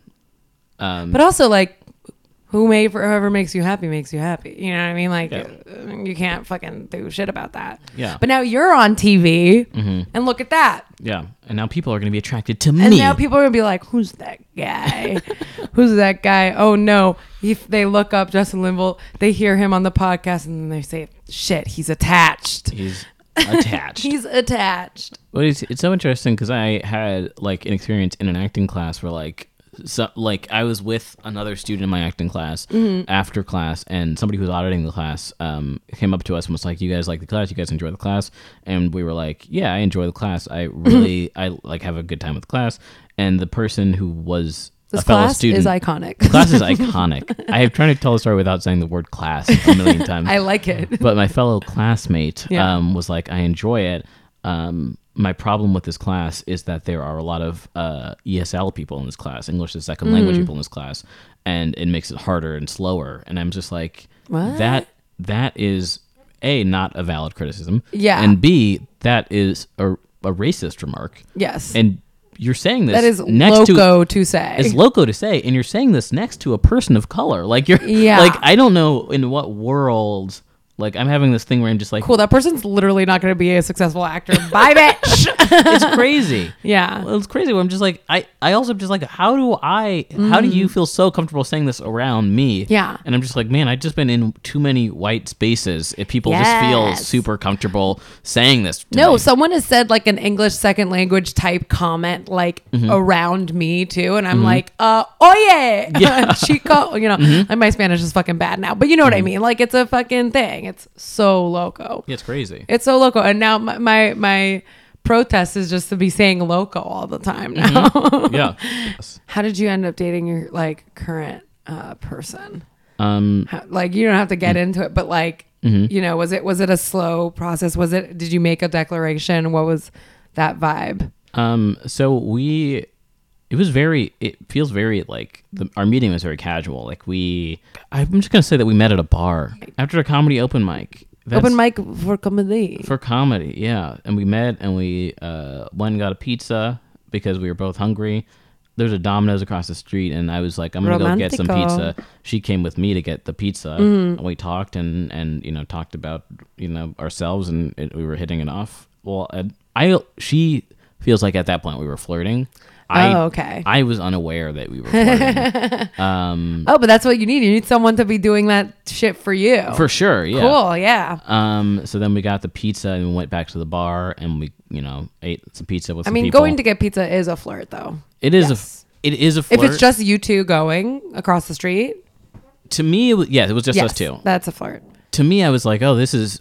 [SPEAKER 2] know.
[SPEAKER 1] But also like who may whoever makes you happy makes you happy. You know what I mean? Like
[SPEAKER 2] Yeah.
[SPEAKER 1] you can't fucking do shit about that.
[SPEAKER 2] Yeah. Mm-hmm.
[SPEAKER 1] But now you're on TV and look at that.
[SPEAKER 2] Yeah, and now people are going to be attracted to
[SPEAKER 1] And
[SPEAKER 2] me.
[SPEAKER 1] now people are gonna be like, "Who's that guy? Who's that guy?" Oh no! If they look up Justin Linville, they hear him on the podcast, and then they say, "Shit, he's attached.
[SPEAKER 2] He's attached.
[SPEAKER 1] He's attached."
[SPEAKER 2] Well, it's, it's so interesting because I had like an experience in an acting class where like so, like I was with another student in my acting class
[SPEAKER 1] Mm-hmm.
[SPEAKER 2] after class, and somebody who was auditing the class um, came up to us and was like, "You guys like the class? You guys enjoy the class?" And we were like, "Yeah, I enjoy the class. I
[SPEAKER 1] Mm-hmm.
[SPEAKER 2] really I like have a good time with the class." And the person who was
[SPEAKER 1] This
[SPEAKER 2] a fellow
[SPEAKER 1] class
[SPEAKER 2] student,
[SPEAKER 1] is iconic.
[SPEAKER 2] the class is iconic. I have tried to tell the story without saying the word class a million times
[SPEAKER 1] I like it.
[SPEAKER 2] but my fellow classmate
[SPEAKER 1] Yeah.
[SPEAKER 2] um, was like, I enjoy it. Um, my problem with this class is that there are a lot of uh, ESL people in this class, English as 2nd
[SPEAKER 1] Mm-hmm.
[SPEAKER 2] language people in this class, and it makes it harder and slower. And I'm just like,
[SPEAKER 1] What?
[SPEAKER 2] that that is a not a valid criticism.
[SPEAKER 1] Yeah.
[SPEAKER 2] and b that is a, a racist remark.
[SPEAKER 1] Yes,
[SPEAKER 2] And you're saying this
[SPEAKER 1] that is
[SPEAKER 2] next to
[SPEAKER 1] loco to, say.
[SPEAKER 2] it's loco to say, and you're saying this next to a person of color. Like you're,
[SPEAKER 1] Yeah.
[SPEAKER 2] Like I don't know in what world. Like I'm having this thing where I'm just like,
[SPEAKER 1] cool. That person's literally not gonna be a successful actor. Bye, bitch.
[SPEAKER 2] it's crazy.
[SPEAKER 1] yeah.
[SPEAKER 2] Well, it's crazy. Where I'm just like, I, I also am just like, how do I, how do you feel so comfortable saying this around me?
[SPEAKER 1] Mm. Yeah.
[SPEAKER 2] And I'm just like, man, I've just been in too many white spaces. If people just feel
[SPEAKER 1] Yes.
[SPEAKER 2] super comfortable saying this. to
[SPEAKER 1] No,
[SPEAKER 2] me.
[SPEAKER 1] someone has said like an English second language type comment like
[SPEAKER 2] Mm-hmm.
[SPEAKER 1] around me too, and I'm like, uh, oye, chico. You know,
[SPEAKER 2] Mm-hmm.
[SPEAKER 1] like my Spanish is fucking bad now, but you know what I mean. Like it's a fucking thing. It's so loco.
[SPEAKER 2] Yeah, it's crazy.
[SPEAKER 1] It's so loco. And now my my, my protest is just to be saying loco all the time
[SPEAKER 2] Mm-hmm.
[SPEAKER 1] now.
[SPEAKER 2] yeah.
[SPEAKER 1] How did you end up dating your like current uh, person?
[SPEAKER 2] Um, Mm. Mm-hmm.
[SPEAKER 1] How- like you don't have to get into it but like you know was it was it a slow process was it did you make a declaration what was that vibe
[SPEAKER 2] Um, so we, it was very, it feels very like the, our meeting was very casual. Like we, I'm just going to say that we met at a bar after a comedy open mic. That's
[SPEAKER 1] open mic for comedy
[SPEAKER 2] for comedy. Yeah. And we met and we, uh, went and got a pizza because we were both hungry. There's a Domino's across the street, and I was like, "I'm gonna go get some
[SPEAKER 1] Romantico. Mm-hmm.
[SPEAKER 2] pizza." She came with me to get the pizza, and we talked and and you know talked about you know ourselves, and it, we were hitting it off. Well, and I she feels like at that point we were flirting. I,
[SPEAKER 1] Oh, okay.
[SPEAKER 2] I was unaware that we were flirting
[SPEAKER 1] oh but that's what you need you need someone to be doing that shit for you
[SPEAKER 2] for sure. Yeah.
[SPEAKER 1] cool yeah
[SPEAKER 2] Um. So then we got the pizza and we went back to the bar and we you know ate some pizza with.
[SPEAKER 1] i
[SPEAKER 2] some
[SPEAKER 1] mean
[SPEAKER 2] people.
[SPEAKER 1] going to get pizza is a flirt though
[SPEAKER 2] It is
[SPEAKER 1] Yes.
[SPEAKER 2] a it is a
[SPEAKER 1] if
[SPEAKER 2] flirt.
[SPEAKER 1] it's just you two going across the street
[SPEAKER 2] to me, it was, yeah, it was just
[SPEAKER 1] yes
[SPEAKER 2] us two.
[SPEAKER 1] that's a flirt
[SPEAKER 2] To me, I was like, oh, this is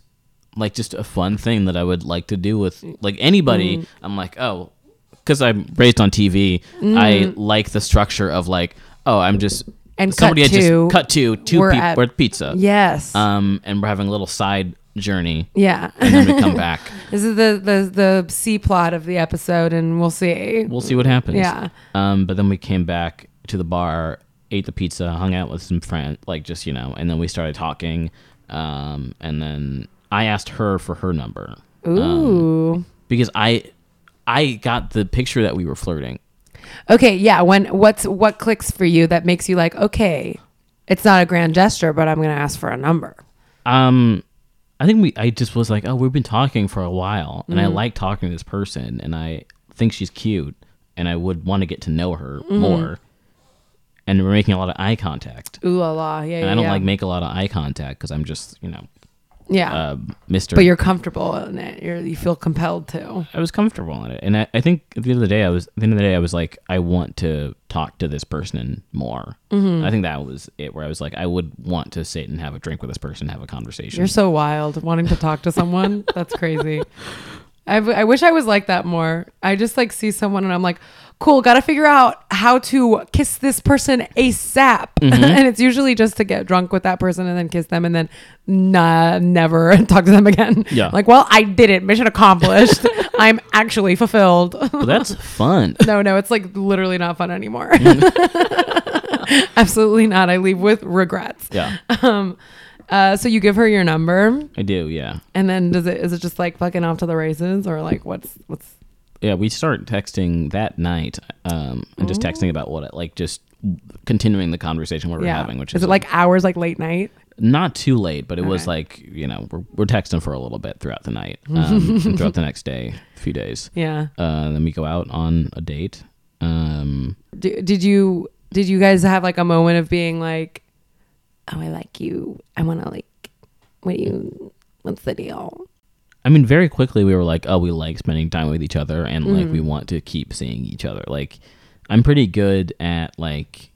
[SPEAKER 2] like just a fun thing that I would like to do with like anybody.
[SPEAKER 1] Mm.
[SPEAKER 2] I'm like, oh, because I'm raised on TV, I like the structure of like, oh, I'm just
[SPEAKER 1] Mm. And
[SPEAKER 2] somebody
[SPEAKER 1] cut
[SPEAKER 2] had
[SPEAKER 1] to,
[SPEAKER 2] just cut to two
[SPEAKER 1] we're
[SPEAKER 2] people
[SPEAKER 1] at-
[SPEAKER 2] worth pizza.
[SPEAKER 1] Yes.
[SPEAKER 2] Um, and we're having a little side journey,
[SPEAKER 1] yeah.
[SPEAKER 2] and then we come back.
[SPEAKER 1] this is the, the the C plot of the episode, and we'll see.
[SPEAKER 2] We'll see what happens.
[SPEAKER 1] Yeah.
[SPEAKER 2] Um, but then we came back to the bar, ate the pizza, hung out with some friends, like just you know, and then we started talking. Um, and then I asked her for her number
[SPEAKER 1] Ooh.
[SPEAKER 2] because I, I got the picture that we were flirting.
[SPEAKER 1] okay. Yeah. When what's what clicks for you that makes you like okay, it's not a grand gesture, but I'm gonna ask for a number.
[SPEAKER 2] Um, I think we. I just was like, oh, we've been talking for a while, and I
[SPEAKER 1] Mm.
[SPEAKER 2] like talking to this person, and I think she's cute, and I would want to get to know her
[SPEAKER 1] Mm-hmm.
[SPEAKER 2] more. And we're making a lot of eye contact,
[SPEAKER 1] Ooh la la. Yeah.
[SPEAKER 2] and
[SPEAKER 1] yeah,
[SPEAKER 2] I don't
[SPEAKER 1] yeah.
[SPEAKER 2] like make a lot of eye contact because I'm just, you know,
[SPEAKER 1] Yeah.
[SPEAKER 2] uh, Mister.
[SPEAKER 1] but you're comfortable in it. You're, you feel compelled to.
[SPEAKER 2] I was comfortable in it, and I, I think at the end of the day, I was at the end of the day, I was like, I want to talk to this person more.
[SPEAKER 1] Mm-hmm.
[SPEAKER 2] I think that was it, where I was like, I would want to sit and have a drink with this person, have a conversation.
[SPEAKER 1] You're so wild wanting to talk to someone. That's crazy. I, w- I wish I was like that more. I just like see someone and I'm like, cool, got to figure out how to kiss this person ASAP.
[SPEAKER 2] Mm-hmm.
[SPEAKER 1] and it's usually just to get drunk with that person and then kiss them and then nah, never talk to them again.
[SPEAKER 2] Yeah.
[SPEAKER 1] Like, well, I did it. Mission accomplished. I'm actually fulfilled.
[SPEAKER 2] but that's fun.
[SPEAKER 1] No, no, it's like literally not fun anymore. Absolutely not. I leave with regrets.
[SPEAKER 2] Mm-hmm. Yeah,
[SPEAKER 1] Um, uh, so you give her your number,
[SPEAKER 2] I do. Yeah.
[SPEAKER 1] and then does it is it just like fucking off to the races, or like what's what's
[SPEAKER 2] yeah, we start texting that night, um, and just texting about what it like, just continuing the conversation what we're
[SPEAKER 1] Oh. yeah?
[SPEAKER 2] having, which
[SPEAKER 1] is
[SPEAKER 2] is
[SPEAKER 1] it like hours like late night?
[SPEAKER 2] not too late, but it was
[SPEAKER 1] Okay.
[SPEAKER 2] like you know we're, we're texting for a little bit throughout the night, um, and throughout the next day, a few days.
[SPEAKER 1] Yeah.
[SPEAKER 2] Uh, then we go out on a date. Um,
[SPEAKER 1] Do, did you did you guys have like a moment of being like, oh, I like you. I want to like, what do you? What's the deal?
[SPEAKER 2] I mean, very quickly we were like, oh, we like spending time with each other, and like
[SPEAKER 1] Mm-hmm.
[SPEAKER 2] we want to keep seeing each other. Like, I'm pretty good at like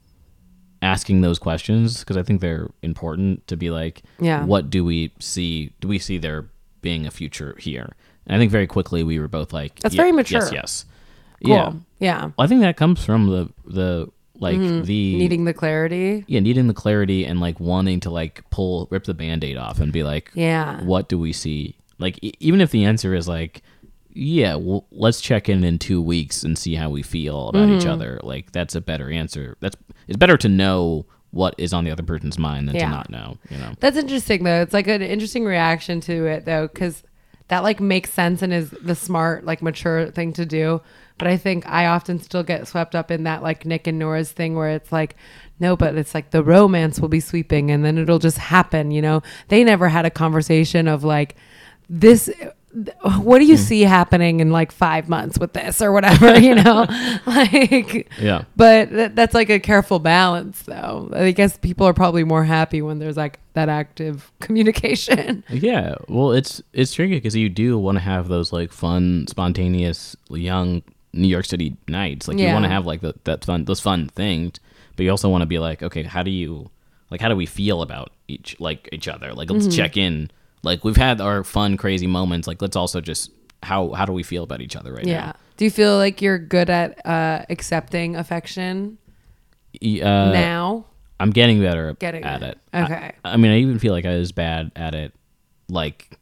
[SPEAKER 2] asking those questions because I think they're important to be like,
[SPEAKER 1] Yeah.
[SPEAKER 2] what do we see? Do we see there being a future here? And I think very quickly we were both like,
[SPEAKER 1] That's
[SPEAKER 2] "Ye-
[SPEAKER 1] very mature.
[SPEAKER 2] Yes, yes,
[SPEAKER 1] Cool.
[SPEAKER 2] yeah.
[SPEAKER 1] Yeah.
[SPEAKER 2] Well, I think that comes from the the like
[SPEAKER 1] Mm-hmm.
[SPEAKER 2] the
[SPEAKER 1] Needing the clarity.
[SPEAKER 2] yeah needing the clarity and like wanting to like pull rip the band-aid off and be like
[SPEAKER 1] Yeah.
[SPEAKER 2] what do we see? Like, e- even if the answer is like, yeah, well, let's check in in two weeks and see how we feel about each
[SPEAKER 1] Mm-hmm.
[SPEAKER 2] other. Like, that's a better answer. That's it's better to know what is on the other person's mind than
[SPEAKER 1] Yeah.
[SPEAKER 2] to not know. You know,
[SPEAKER 1] That's interesting though. It's like an interesting reaction to it though, because that like makes sense and is the smart, like mature thing to do. But I think I often still get swept up in that like Nick and Nora's thing where it's like, no, but it's like the romance will be sweeping and then it'll just happen. You know, they never had a conversation of like this. What do you see happening in like five months with this or whatever? You know, like
[SPEAKER 2] yeah,
[SPEAKER 1] but th- that's like a careful balance, though. I guess people are probably more happy when there's like that active communication.
[SPEAKER 2] yeah. Well, it's it's tricky because you do want to have those like fun, spontaneous, young New York City nights. Like, you
[SPEAKER 1] Yeah.
[SPEAKER 2] want to have like the, that fun, those fun things, but you also want to be like, okay, how do you like how do we feel about each like each other like
[SPEAKER 1] Mm-hmm.
[SPEAKER 2] let's check in like we've had our fun crazy moments like let's also just how how do we feel about each other right
[SPEAKER 1] Yeah. Do you feel like you're good at uh, accepting affection
[SPEAKER 2] now E- uh,
[SPEAKER 1] now?
[SPEAKER 2] i'm getting better
[SPEAKER 1] Getting
[SPEAKER 2] at it,
[SPEAKER 1] Okay.
[SPEAKER 2] I, I mean i even feel like i was bad at it like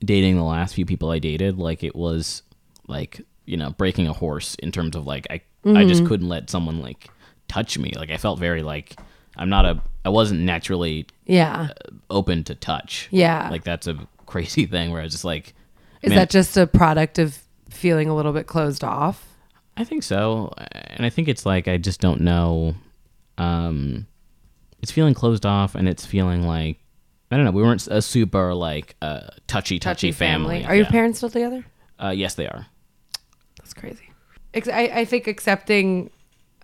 [SPEAKER 2] dating the last few people i dated like it was like you know breaking a horse in terms of like i i just couldn't let someone like touch me like i felt very like i'm not a i wasn't naturally uh,
[SPEAKER 1] yeah.
[SPEAKER 2] open to touch
[SPEAKER 1] Yeah.
[SPEAKER 2] like that's a crazy thing where I was just like,
[SPEAKER 1] Is
[SPEAKER 2] man,
[SPEAKER 1] that just a product of feeling a little bit closed off?
[SPEAKER 2] I think so, and I think it's like I just don't know. Um, it's feeling closed off, and it's feeling like I don't know. We weren't a super like uh, touchy touchy family.
[SPEAKER 1] Are your
[SPEAKER 2] Yeah.
[SPEAKER 1] parents still together?
[SPEAKER 2] Uh, yes, they are.
[SPEAKER 1] That's crazy. Ex- I, I think accepting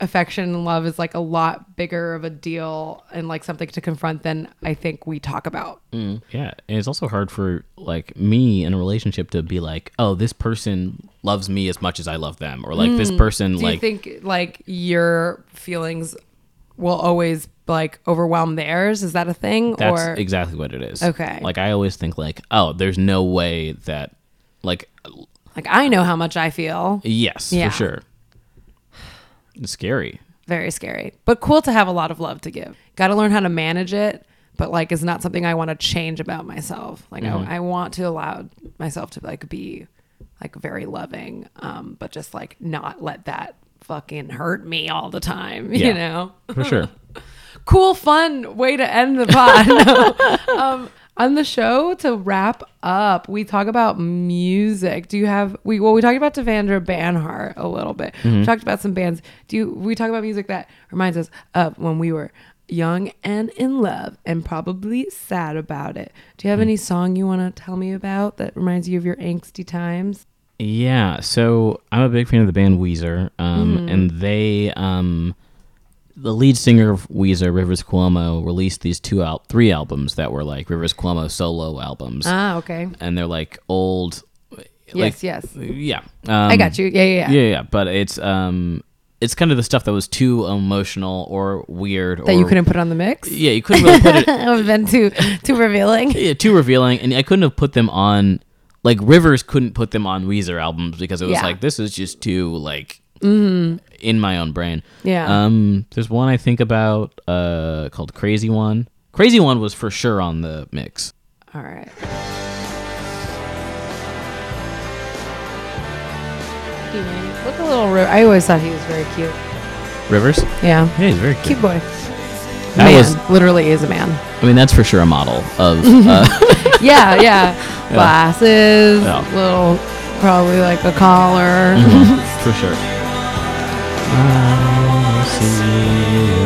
[SPEAKER 1] affection and love is like a lot bigger of a deal and like something to confront than I think we talk about.
[SPEAKER 2] Yeah, and it's also hard for like me in a relationship to be like, oh, this person loves me as much as I love them, or like this person
[SPEAKER 1] Hmm. Do
[SPEAKER 2] like
[SPEAKER 1] you think like your feelings will always like overwhelm theirs? Is that a thing?
[SPEAKER 2] That's
[SPEAKER 1] or
[SPEAKER 2] exactly what it is.
[SPEAKER 1] Okay.
[SPEAKER 2] Like I always think like, oh, there's no way that like
[SPEAKER 1] like I know how much I feel.
[SPEAKER 2] yes,
[SPEAKER 1] Yeah.
[SPEAKER 2] for sure. It's scary.
[SPEAKER 1] very scary, but cool to have a lot of love to give. Got to learn how to manage it, but like it's not something I want to change about myself. Like
[SPEAKER 2] Mm-hmm.
[SPEAKER 1] I, I want to allow myself to like be like very loving, um, but just like not let that fucking hurt me all the time,
[SPEAKER 2] Yeah.
[SPEAKER 1] you know?
[SPEAKER 2] for sure.
[SPEAKER 1] cool, fun way to end the pod. No. um, on the show to wrap up, we talk about music. Do you have we? Well, we talked about Devandra Banhart a little bit.
[SPEAKER 2] Mm-hmm.
[SPEAKER 1] We talked about some bands. Do you, we talk about music that reminds us of when we were young and in love and probably sad about it? Do you
[SPEAKER 2] Mm.
[SPEAKER 1] have any song you want to tell me about that reminds you of your angsty times?
[SPEAKER 2] Yeah, so I'm a big fan of the band Weezer, um,
[SPEAKER 1] Mm-hmm.
[SPEAKER 2] and they, um, the lead singer of Weezer, Rivers Cuomo, released these two out, three albums that were like Rivers Cuomo solo albums,
[SPEAKER 1] Ah, okay.
[SPEAKER 2] and they're like old. Like,
[SPEAKER 1] Yes, yes.
[SPEAKER 2] yeah. um,
[SPEAKER 1] I got you. Yeah, yeah, yeah.
[SPEAKER 2] Yeah, yeah, but it's um, it's kind of the stuff that was too emotional or weird
[SPEAKER 1] That
[SPEAKER 2] or,
[SPEAKER 1] you couldn't put on the mix.
[SPEAKER 2] Yeah, you couldn't really put it.
[SPEAKER 1] I've been too too revealing.
[SPEAKER 2] yeah, too revealing, and I couldn't have put them on. Like Rivers couldn't put them on Weezer albums because it was
[SPEAKER 1] Yeah. Mm-hmm.
[SPEAKER 2] like this is just too like in my own brain.
[SPEAKER 1] Yeah.
[SPEAKER 2] Um. There's one I think about uh called Crazy One. Crazy One was for sure on the mix.
[SPEAKER 1] All right. Look a little. Ru- I always thought he was very cute.
[SPEAKER 2] Rivers.
[SPEAKER 1] Yeah,
[SPEAKER 2] Yeah, he's very cute.
[SPEAKER 1] cute boy.
[SPEAKER 2] That
[SPEAKER 1] man,
[SPEAKER 2] was-
[SPEAKER 1] literally is a man.
[SPEAKER 2] I mean, that's for sure a model of. Uh,
[SPEAKER 1] yeah, yeah. Glasses,
[SPEAKER 2] Yeah. Mm-hmm.
[SPEAKER 1] little, probably like a collar.
[SPEAKER 2] for sure. I see you.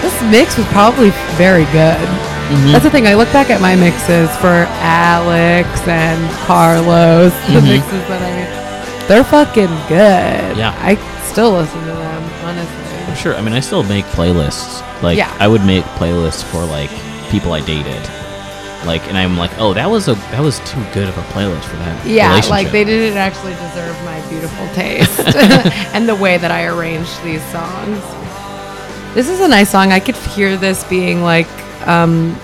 [SPEAKER 1] This mix was probably very good.
[SPEAKER 2] Mm-hmm.
[SPEAKER 1] That's the thing. I look back at my mixes for Alex and Carlos. The
[SPEAKER 2] Mm-hmm.
[SPEAKER 1] mixes that I made, they're fucking good.
[SPEAKER 2] Yeah.
[SPEAKER 1] I still listen to them. Honestly,
[SPEAKER 2] For sure. I mean, I still make playlists. Like,
[SPEAKER 1] Yeah.
[SPEAKER 2] I would make playlists for like people I dated. Like, and I'm like, oh, that was a that was too good of a playlist for that.
[SPEAKER 1] yeah, like
[SPEAKER 2] relationship."
[SPEAKER 1] they didn't actually deserve my beautiful taste and the way that I arranged these songs. This is a nice song. I could hear this being like um,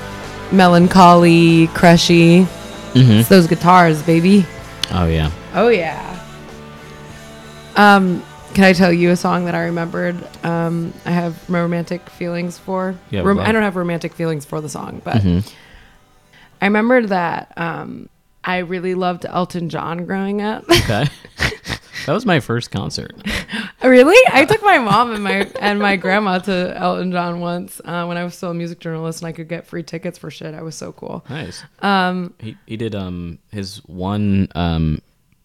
[SPEAKER 1] melancholy, crushy.
[SPEAKER 2] Mm-hmm.
[SPEAKER 1] It's those guitars, baby.
[SPEAKER 2] Oh yeah.
[SPEAKER 1] Oh yeah. Um, can I tell you a song that I remembered? Um, I have romantic feelings for.
[SPEAKER 2] Yeah, Mm-hmm.
[SPEAKER 1] Rom-
[SPEAKER 2] well-
[SPEAKER 1] I don't have romantic feelings for the song, but I remembered that um, I really loved Elton John growing up.
[SPEAKER 2] Okay. that was my first concert.
[SPEAKER 1] really? I took my mom and my and my grandma to Elton John once uh, when I was still a music journalist, and I could get free tickets for shit. I was so cool.
[SPEAKER 2] Nice. Um. He he did um his one um.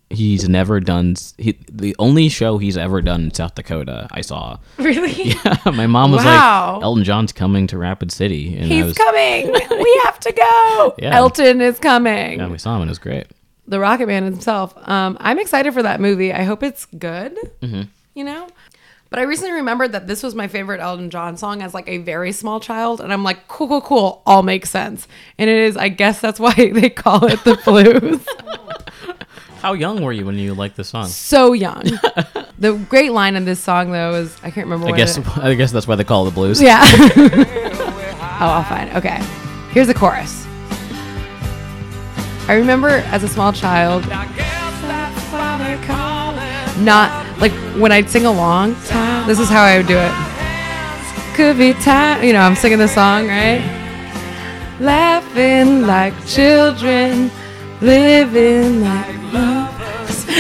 [SPEAKER 2] He's never done. s- He, the only show he's ever done in South Dakota, I saw.
[SPEAKER 1] Really?
[SPEAKER 2] My mom was
[SPEAKER 1] Wow.
[SPEAKER 2] like, "Elton John's coming to Rapid City," and I
[SPEAKER 1] He's
[SPEAKER 2] was,
[SPEAKER 1] coming. we have to go.
[SPEAKER 2] Yeah.
[SPEAKER 1] Elton is coming.
[SPEAKER 2] yeah, we saw him, and it was great.
[SPEAKER 1] the Rocket Man himself. Um, I'm excited for that movie. I hope it's good.
[SPEAKER 2] Mm-hmm.
[SPEAKER 1] You know, but I recently remembered that this was my favorite Elton John song as like a very small child, and I'm like, cool, cool, cool, all makes sense. And it is. I guess that's why they call it the blues.
[SPEAKER 2] How young were you when you liked the song?
[SPEAKER 1] so young. the great line in this song though is I can't remember.
[SPEAKER 2] I
[SPEAKER 1] what
[SPEAKER 2] guess
[SPEAKER 1] It,
[SPEAKER 2] I guess that's why they call it the blues.
[SPEAKER 1] yeah. oh, I'll find. Okay, here's the chorus. I remember as a small child not like when I'd sing along. This is how I would do it. Could be time, you know. I'm singing the song, right? Laughing like children, living like lovers.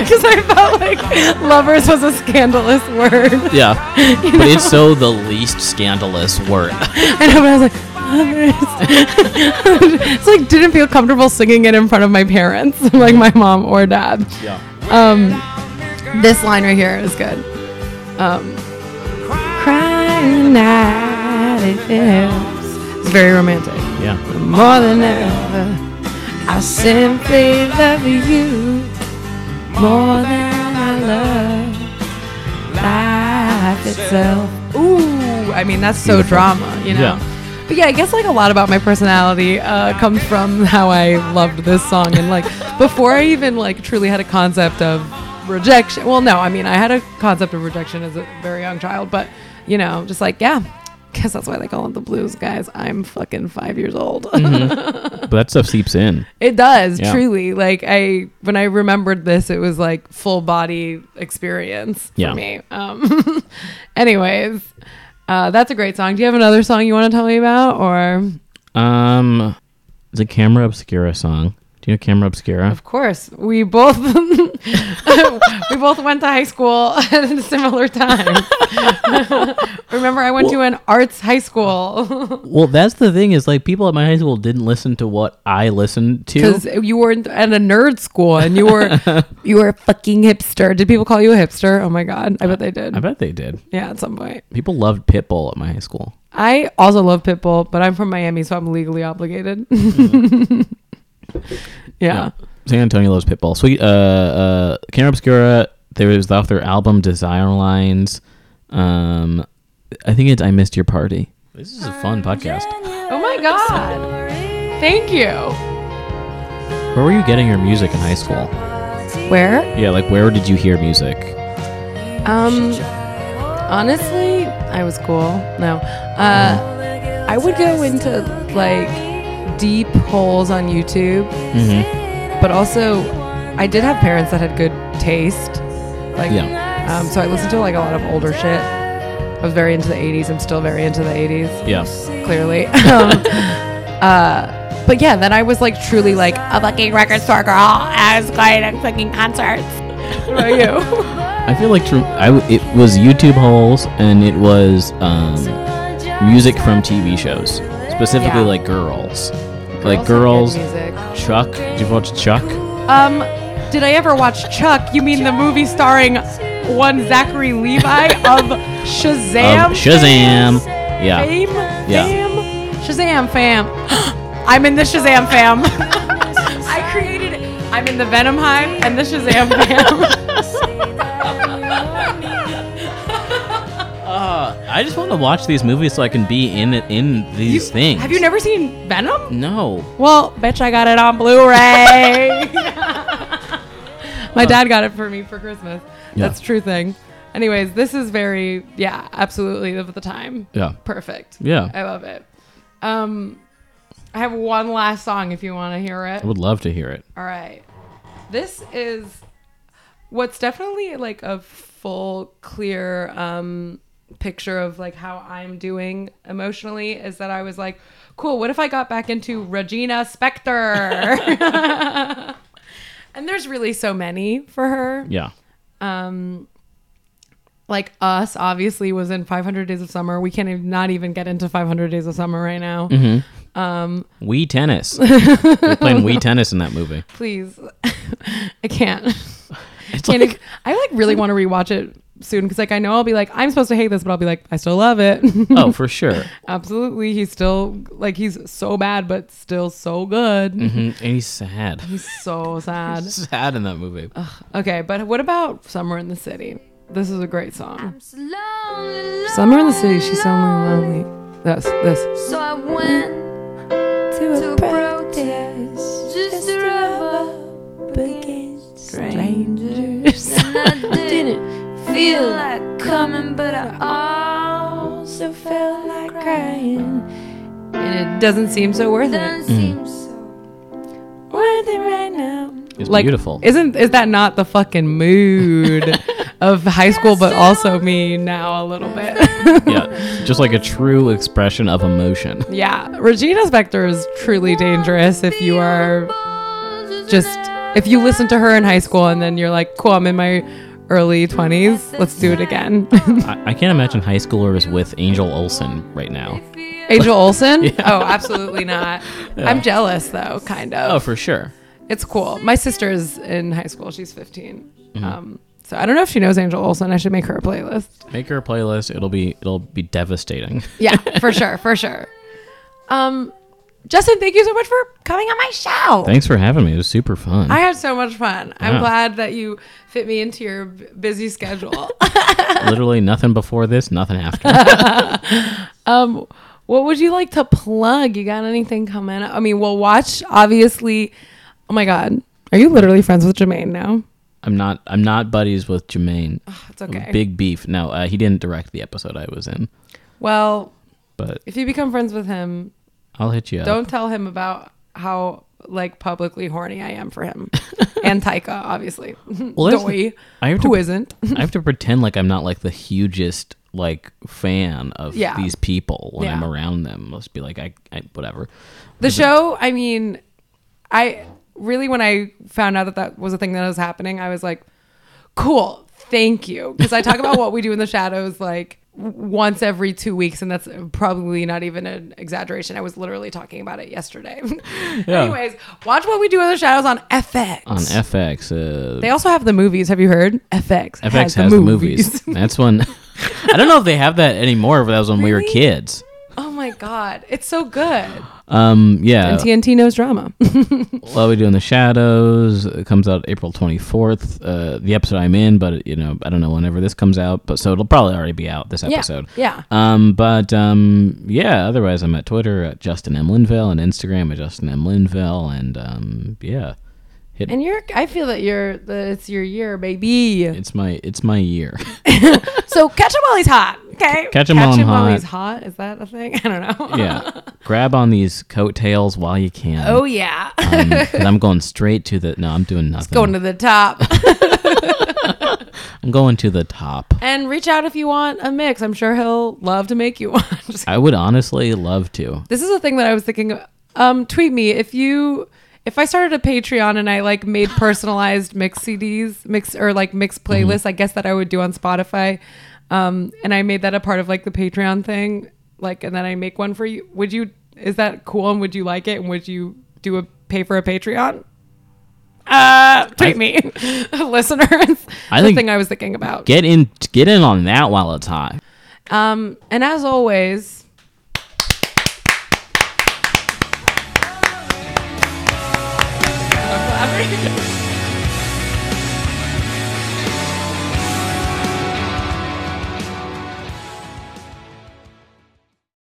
[SPEAKER 1] Because I felt like lovers was a scandalous word.
[SPEAKER 2] Yeah. But it's so the least scandalous word.
[SPEAKER 1] And I was like, lovers. it's like didn't feel comfortable singing it in front of my parents, like my mom or dad.
[SPEAKER 2] Yeah.
[SPEAKER 1] Um, this line right here is good. Um, crying night it feels. It's very romantic.
[SPEAKER 2] Yeah.
[SPEAKER 1] More than ever, I simply love you more than I love life itself. Ooh, I mean that's so
[SPEAKER 2] Beautiful.
[SPEAKER 1] drama, you know.
[SPEAKER 2] Yeah.
[SPEAKER 1] But yeah, I guess like a lot about my personality uh, comes from how I loved this song and like before I even like truly had a concept of rejection. Well, no, I mean I had a concept of rejection as a very young child, but you know, just like yeah, Guess that's why they call it the blues, guys. I'm fucking five years old.
[SPEAKER 2] Mm-hmm. But that stuff seeps in.
[SPEAKER 1] It does
[SPEAKER 2] Yeah.
[SPEAKER 1] truly. Like I, when I remembered this, it was like full body experience
[SPEAKER 2] Yeah.
[SPEAKER 1] for me. Um, anyways, uh, that's a great song. Do you have another song you want to tell me about, or
[SPEAKER 2] Um, the Camera Obscura song. Do you know Camera Obscura?
[SPEAKER 1] of course we both we both went to high school at a similar time. Remember, I went to an arts high school
[SPEAKER 2] Well, that's the thing is like people at my high school didn't listen to what I listened
[SPEAKER 1] because
[SPEAKER 2] to.
[SPEAKER 1] you were in- at a nerd school and you were you were a fucking hipster. Did people call you a hipster? Oh my god, I bet they did.
[SPEAKER 2] I bet they did.
[SPEAKER 1] yeah, at some point.
[SPEAKER 2] People loved Pitbull at my high school.
[SPEAKER 1] I also love Pitbull, but I'm from Miami, so I'm legally obligated. yeah.
[SPEAKER 2] San Antonio loves Pitbull. Sweet. Uh, uh, Camera Obscura. There was off their album Desire Lines. Um, I think it's I Missed Your Party. This is a fun podcast.
[SPEAKER 1] Oh my God. Thank you.
[SPEAKER 2] Where were you getting your music in high school?
[SPEAKER 1] Where?
[SPEAKER 2] Yeah, like where did you hear music?
[SPEAKER 1] Um, honestly, I was cool. No. Uh, I would go into like deep holes on YouTube,
[SPEAKER 2] Mm-hmm.
[SPEAKER 1] but also I did have parents that had good taste. Like,
[SPEAKER 2] Yeah.
[SPEAKER 1] um, so I listened to like a lot of older shit. I was very into the 80s. I'm still very into the 80s.
[SPEAKER 2] Yeah.
[SPEAKER 1] clearly. Um, uh, but yeah, then I was like truly like a fucking record store girl. I was going to fucking concerts. What about you?
[SPEAKER 2] I feel like tr- I w- it was YouTube holes and it was um, music from TV shows, specifically
[SPEAKER 1] Yeah.
[SPEAKER 2] like girls, like girls. Chuck, did you watch Chuck?
[SPEAKER 1] Um, did I ever watch Chuck? You mean the movie starring one Zachary Levi of Shazam?
[SPEAKER 2] Of Shazam. Yeah.
[SPEAKER 1] Fame?
[SPEAKER 2] Yeah.
[SPEAKER 1] Fam? Shazam fam. I'm in the Shazam fam. I created I'm in the Venom Hive and the Shazam fam.
[SPEAKER 2] Uh, I just want to watch these movies so I can be in it in these things.
[SPEAKER 1] Have you never seen Venom?
[SPEAKER 2] No.
[SPEAKER 1] Well, bitch, I got it on Blu-ray. My dad got it for me for Christmas.
[SPEAKER 2] Uh, Yeah.
[SPEAKER 1] That's a true thing. Anyways, this is very yeah, absolutely of the time.
[SPEAKER 2] Yeah.
[SPEAKER 1] Perfect.
[SPEAKER 2] Yeah.
[SPEAKER 1] I love it. Um I have one last song if you want to hear it.
[SPEAKER 2] I would love to hear it.
[SPEAKER 1] All right. This is what's definitely like a full clear um picture of like how I'm doing emotionally is that I was like, cool, what if I got back into Regina Spector? and there's really so many for her.
[SPEAKER 2] Yeah.
[SPEAKER 1] Um like us obviously was in 500 days of summer. We can't even, not even get into 500 days of summer right now.
[SPEAKER 2] Wii tennis. They're playing Wii tennis in that movie.
[SPEAKER 1] Please. I can't.
[SPEAKER 2] It's
[SPEAKER 1] Can't
[SPEAKER 2] like
[SPEAKER 1] ex- I like really want to rewatch it soon because like I know I'll be like I'm supposed to hate this, but I'll be like I still love it.
[SPEAKER 2] oh, for sure.
[SPEAKER 1] Absolutely, he's still like he's so bad, but still so good.
[SPEAKER 2] Mhm. And he's sad.
[SPEAKER 1] He's so sad.
[SPEAKER 2] sad in that movie.
[SPEAKER 1] Okay, but what about Summer in the City? This is a great song. Summer in the City, she's so lonely. That's this.
[SPEAKER 3] So I went to a protest just to rub up against strangers. And I didn't feel like coming, but I also felt like crying.
[SPEAKER 1] And it doesn't seem so worth it.
[SPEAKER 3] Doesn't seem so worth it right now.
[SPEAKER 2] It's
[SPEAKER 1] Like
[SPEAKER 2] beautiful.
[SPEAKER 1] Isn't is that not the fucking mood of high school, but also me now a little bit?
[SPEAKER 2] yeah. Just like a true expression of emotion.
[SPEAKER 1] Yeah, Regina Spektor is truly dangerous if you are just if you listen to her in high school and then you're like, "Cool, I'm in my early 20s. Let's do it again."
[SPEAKER 2] I, I can't imagine high schoolers with Angel Olsen right now.
[SPEAKER 1] Angel Olsen? Oh, absolutely not. I'm jealous though, kind of.
[SPEAKER 2] Oh, for sure.
[SPEAKER 1] It's cool. My sister is in high school. She's 15. Um, so I don't know if she knows Angel Olsen. I should make her a playlist.
[SPEAKER 2] Make her a playlist. It'll be it'll be devastating.
[SPEAKER 1] Yeah, for sure, for sure. Um, Justin, thank you so much for coming on my show.
[SPEAKER 2] Thanks for having me. It was super fun.
[SPEAKER 1] I had so much fun. I'm
[SPEAKER 2] Yeah.
[SPEAKER 1] glad that you fit me into your b- busy schedule.
[SPEAKER 2] Literally nothing before this, nothing after.
[SPEAKER 1] um, what would you like to plug? You got anything coming? up? I mean, we'll watch. Obviously, oh my god, are you literally friends with Jermaine now?
[SPEAKER 2] I'm not I'm not buddies with Jermaine.
[SPEAKER 1] It's Oh, okay.
[SPEAKER 2] Big beef. No, uh, he didn't direct the episode I was in.
[SPEAKER 1] well,
[SPEAKER 2] But
[SPEAKER 1] If you become friends with him,
[SPEAKER 2] I'll hit you up.
[SPEAKER 1] don't tell him about how like publicly horny I am for him and Taika, obviously.
[SPEAKER 2] Well, that's
[SPEAKER 1] Doi,
[SPEAKER 2] the- I have
[SPEAKER 1] who
[SPEAKER 2] to-
[SPEAKER 1] isn't?
[SPEAKER 2] I have to pretend like I'm not like the hugest like fan of
[SPEAKER 1] Yeah.
[SPEAKER 2] these people when I'm
[SPEAKER 1] Yeah.
[SPEAKER 2] around them. Must be like I, I whatever.
[SPEAKER 1] The show, I mean, I really when I found out that that was a thing that was happening, I was like, cool, thank you, because I talk about what we do in the shadows like w- once every two weeks, and that's probably not even an exaggeration. I was literally talking about it yesterday. Anyways, watch what we do in the shadows on FX.
[SPEAKER 2] On FX, uh,
[SPEAKER 1] they also have the movies. Have you heard? FX.
[SPEAKER 2] FX has, the movies. That's when I don't know if they have that anymore, but that was when we were
[SPEAKER 1] Really?
[SPEAKER 2] kids.
[SPEAKER 1] oh my god, it's so good.
[SPEAKER 2] Um, yeah,
[SPEAKER 1] And TNT knows drama.
[SPEAKER 2] What We Do in the Shadows it comes out April 24th. Uh, the episode I'm in, but you know, I don't know whenever this comes out, but so it'll probably already be out this
[SPEAKER 1] Yeah,
[SPEAKER 2] episode.
[SPEAKER 1] yeah.
[SPEAKER 2] Um, but um, yeah. Otherwise, I'm at Twitter at Justin M Linville and Instagram at Justin M Linville, and um, yeah, hit.
[SPEAKER 1] and you're, I feel that you're, that it's your year, baby.
[SPEAKER 2] it's my it's my year.
[SPEAKER 1] So catch him while he's hot. Okay.
[SPEAKER 2] Catch 'em while I'm hot.
[SPEAKER 1] he's hot. Is that a thing? I don't know.
[SPEAKER 2] yeah, grab on these coattails while you can.
[SPEAKER 1] Oh yeah.
[SPEAKER 2] Um, 'cause I'm going straight to the. No, I'm doing nothing.
[SPEAKER 1] Going to the top.
[SPEAKER 2] I'm going to the top.
[SPEAKER 1] and reach out if you want a mix. I'm sure he'll love to make you one. Just-
[SPEAKER 2] I would honestly love to.
[SPEAKER 1] this is a thing that I was thinking. of. Um, tweet me if you if I started a Patreon and I like made personalized mix CDs, mix or like mix
[SPEAKER 2] Mhm.
[SPEAKER 1] playlists. I guess that I would do on Spotify. Um, and I made that a part of like the Patreon thing. Like, and then I make one for you. Would you? Is that cool? And would you like it? And would you do a pay for a Patreon? Uh, tweet me, listeners.
[SPEAKER 2] I
[SPEAKER 1] the
[SPEAKER 2] think-
[SPEAKER 1] thing I was thinking about.
[SPEAKER 2] Get in, get in on that while it's hot.
[SPEAKER 1] Um, and as always,